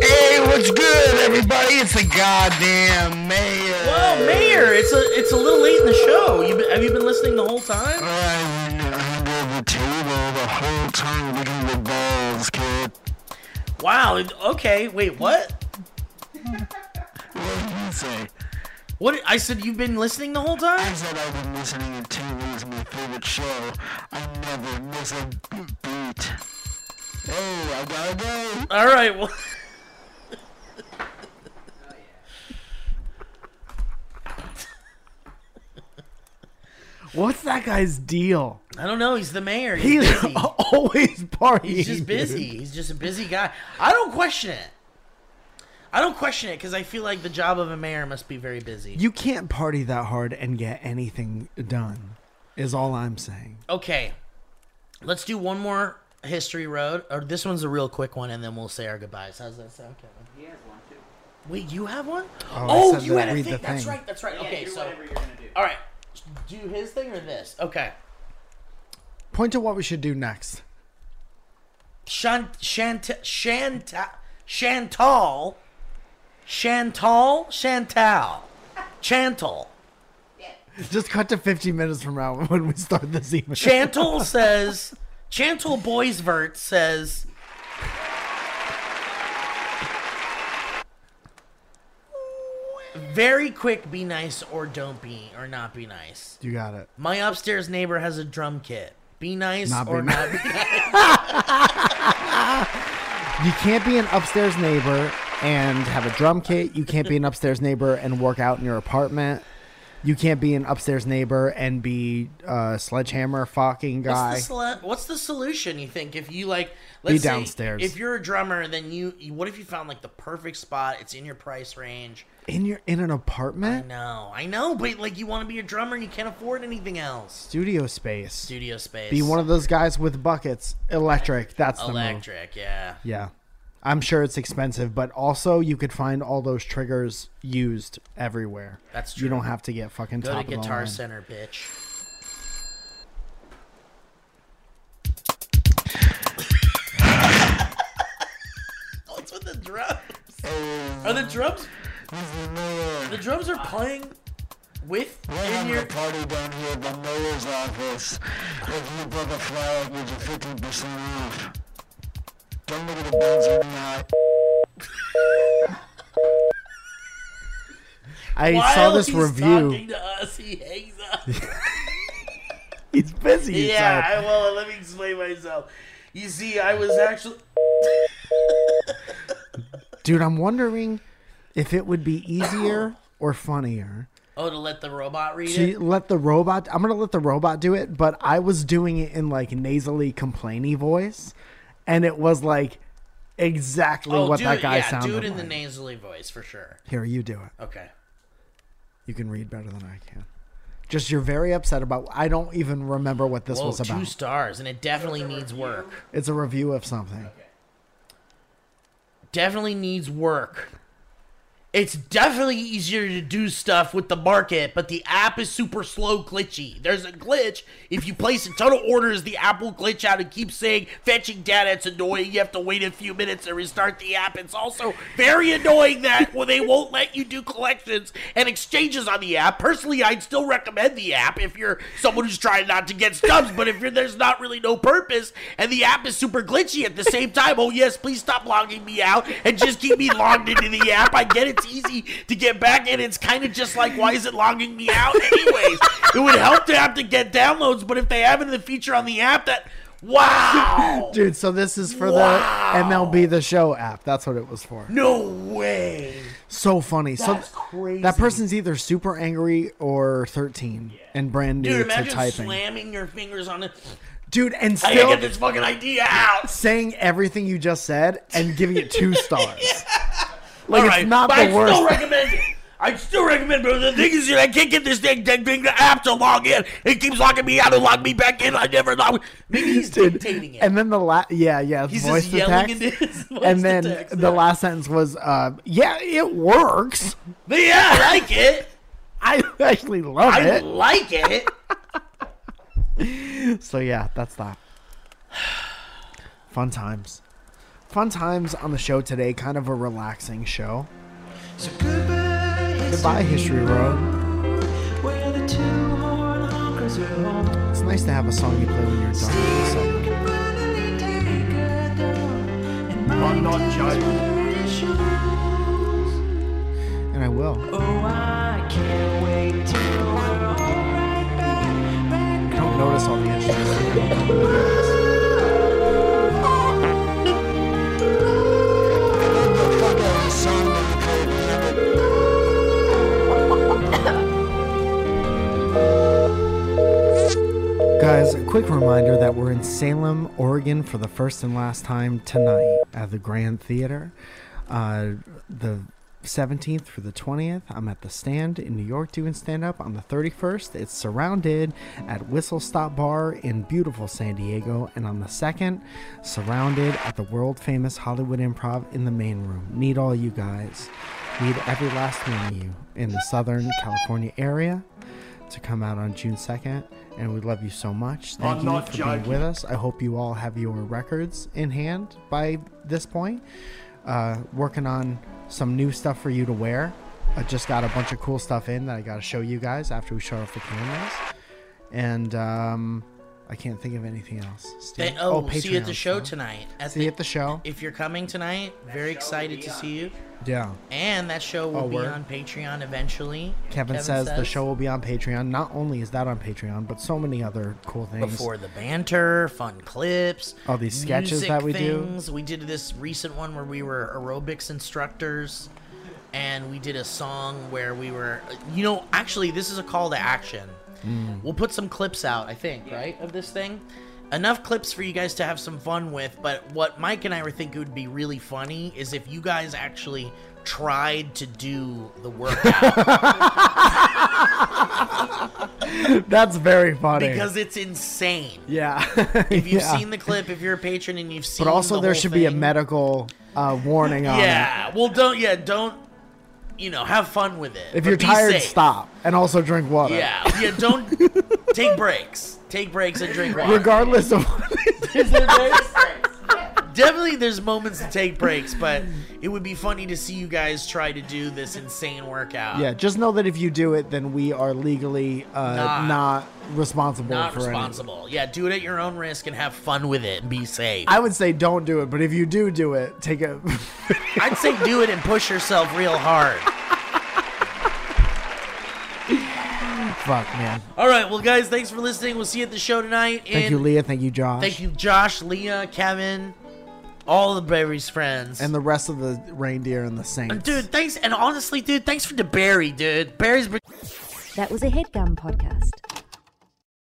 H: Hey, what's good, everybody? It's the goddamn mayor.
D: Whoa, Oh, mayor. It's a it's a little late in the show. You been, have you been listening the whole time?
H: I went under the table the whole time looking at the balls, kid.
D: Wow. it- Okay. Wait. What?
H: What did you say?
D: What? I said you've been listening the whole time.
H: I said I've been listening to TV is my favorite show. I never miss a beat. Hey, I gotta go.
D: All right. Well.
C: What's that guy's deal?
D: I don't know. He's the mayor. He's,
C: He's
D: busy.
C: always partying.
D: He's just busy. He's just a busy guy. I don't question it. I don't question it because I feel like the job of a mayor must be very busy.
C: You can't party that hard and get anything done, is all I'm saying.
D: okay, let's do one more history road, or this one's a real quick one, and then we'll say our goodbyes. How's that sound, Kevin?
B: He has one too.
D: Wait, you have one?
C: I
D: Oh,
C: said
D: you
C: that
D: had a
C: read
D: thing.
C: the
D: That's
C: thing.
D: right. That's right.
B: Yeah,
D: okay,
B: do
D: so
B: whatever you're gonna do.
D: all right, do his thing or this? Okay,
C: Point to what we should do next.
D: Shant Shant Shanta Chantal Chantal Chantal Chantal.
C: Just cut to 50 minutes from now when we start this email.
D: Chantal says, Chantal Boysvert says, very quick be nice or don't be or not be nice.
C: You got it.
D: My upstairs neighbor has a drum kit. Be nice
C: Not be
D: or
C: ni-
D: not be nice.
C: You can't be an upstairs neighbor and have a drum kit. You can't be an upstairs neighbor and work out in your apartment. You can't be an upstairs neighbor and be a sledgehammer fucking guy.
D: What's the, solu- what's the solution you think if you like let's say
C: downstairs.
D: if you're a drummer then you, you what if you found like the perfect spot it's in your price range
C: in your in an
D: I
C: apartment
D: know I know but like you want to be a drummer and you can't afford anything else
C: studio space.
D: studio space
C: Be one of those guys with buckets. Electric. That's the move.
D: electric yeah
C: Yeah. I'm sure it's expensive, but also you could find all those triggers used everywhere.
D: That's
C: You
D: true.
C: don't have to get fucking
D: go
C: top
D: to guitar
C: of the line.
D: center bitch what's with the drums are the drums the drums are playing with
H: We're
D: in
H: having a
D: your
H: party down here at the mayor's office. If you book a flyer, you get fifty percent off. Don't look at the bills or not.
C: I saw
D: While
C: this
D: he's
C: review.
D: talking to us he hangs up
C: He's busy. he
D: yeah
C: said.
D: I, well let me explain myself you see i was actually
C: Dude, I'm wondering if it would be easier or funnier
D: oh to let the robot read
C: to
D: it
C: let the robot. I'm gonna let the robot do it, but I was doing it in like nasally complainy voice, and it was like exactly
D: oh
C: what
D: dude,
C: that guy
D: yeah
C: sounded
D: dude in
C: like.
D: the nasally voice for sure
C: Here, you do it.
D: okay
C: You can read better than I can. Just you're very upset about. I don't even remember what this
D: Whoa,
C: was
D: two
C: about.
D: stars, and it definitely needs work.
C: it's a review of something.
D: Definitely needs work. It's definitely easier to do stuff with the market, but the app is super slow glitchy. There's a glitch. If you place a ton of orders, the app will glitch out and keep saying fetching data. It's annoying. You have to wait a few minutes to restart the app. It's also very annoying that well, they won't let you do collections and exchanges on the app. Personally, I'd still recommend the app if you're someone who's trying not to get stubs, but if you're, there's not really no purpose and the app is super glitchy at the same time, oh yes, please stop logging me out and just keep me logged into the app. I get it's easy to get back in. It's kind of just like, why is it logging me out anyways? it would help the app to get downloads, but if they have it in the feature on the app that, wow,
C: Dude, so this is for
D: Wow.
C: the MLB The Show app. That's what it was for.
D: no way.
C: So funny.
D: That's
C: so
D: crazy.
C: that person's either super angry or 13 and brand new
D: Dude,
C: to
D: imagine
C: typing.
D: slamming your fingers on it.
C: Dude, and
D: I gotta
C: still
D: get this fucking idea out.
C: saying everything you just said and giving it two stars. Like
D: All
C: it's
D: right,
C: not
D: but
C: the
D: I
C: worst.
D: still recommend it. I still recommend, it, but the thing is, dude, I can't get this thing, thing, thing, the app to log in. It keeps locking me out and locking me back in. I never log. Maybe he's
C: Dude,
D: dictating it.
C: and then the last, yeah, yeah,
D: he's
C: voice
D: just
C: to
D: yelling
C: text.
D: into his voice
C: and then
D: to text.
C: the last sentence was, uh, "Yeah, it works.
D: But yeah, I like it.
C: I actually love
D: I
C: it."
D: like it.
C: So yeah, that's that. Fun times, fun times on the show today. Kind of a relaxing show.
A: So goodbye,
C: Goodbye, History Road.
A: where the two horn honkers will home.
C: It's nice to have a song you play when you're done. with
A: Steve
C: something.
A: can finally take a dog, and my
I: I'm not joking.
A: days were issues.
C: And I will.
A: Oh, I can't wait till we're all right back, back
C: Don't notice all the instruments. Guys, a quick reminder that we're in Salem, Oregon for the first and last time tonight at the Grand Theater. Uh, the 17th through the 20th, I'm at the stand in New York doing stand up. On the 31st, it's surrounded at Whistle Stop Bar in beautiful San Diego. And on the 2nd, surrounded at the world famous Hollywood Improv in the main room. Need all you guys. Need every last one of you in the Southern California area to come out on June 2nd. And we love you so much.
I: I'm
C: Thank you
I: not
C: for being
I: joking.
C: with us. I hope you all have your records in hand by this point. Uh, working on some new stuff for you to wear. I just got a bunch of cool stuff in that I got to show you guys after we shut off the cameras. And um, I can't think of anything else. Steve.
D: They- oh, see you at the
C: Patreon
D: show
C: stuff.
D: tonight. At
C: See you at the show.
D: If you're coming tonight, very excited to see you.
C: Yeah.
D: And that show will
C: Oh,
D: be
C: word.
D: on Patreon eventually.
C: Kevin, says, the show will be on Patreon. Not only is that on Patreon, but so many other cool things.
D: before the banter, fun clips,
C: All these sketches
D: music
C: that we do.
D: things. We did this recent one where we were aerobics instructors, and we did a song where we were. You know, actually, this is a call to action.
C: Mm.
D: We'll put some clips out, I think, right, of this thing. Enough clips for you guys to have some fun with, but what Mike and I were thinking would be really funny is if you guys actually tried to do the workout.
C: That's very funny.
D: because it's insane.
C: yeah.
D: If you've seen the clip, if you're a patron and you've seen,
C: But also,
D: the
C: there
D: whole
C: should be a
D: thing-
C: medical uh, warning on it.
D: Yeah. Well, don't. Yeah, don't. You know, have fun with it.
C: If
D: but
C: you're
D: be
C: tired,
D: safe.
C: stop. And also drink water.
D: Yeah. Yeah. Don't take breaks. Take breaks and drink water.
C: Regardless of what
D: Definitely, there's moments to take breaks, but it would be funny to see you guys try to do this insane workout.
C: Yeah, just know that if you do it, then we are legally uh,
D: Not-
C: not, responsible
D: Not
C: for anything.
D: responsible. Yeah. Do it at your own risk and have fun with it and be safe.
C: I would say don't do it, but if you do do it, take a.
D: I'd say do it and push yourself real hard.
C: Fuck, man.
D: All right. Well, guys, thanks for listening. We'll see you at the show tonight.
C: Thank
D: and
C: you, Leah. Thank you, Josh.
D: Thank you, Josh, Leah, Kevin, all the Barry's friends.
C: And the rest of the reindeer and the saints.
D: dude, thanks. And honestly, dude, thanks for the Barry, dude. Barry's been
J: That was a headgum podcast.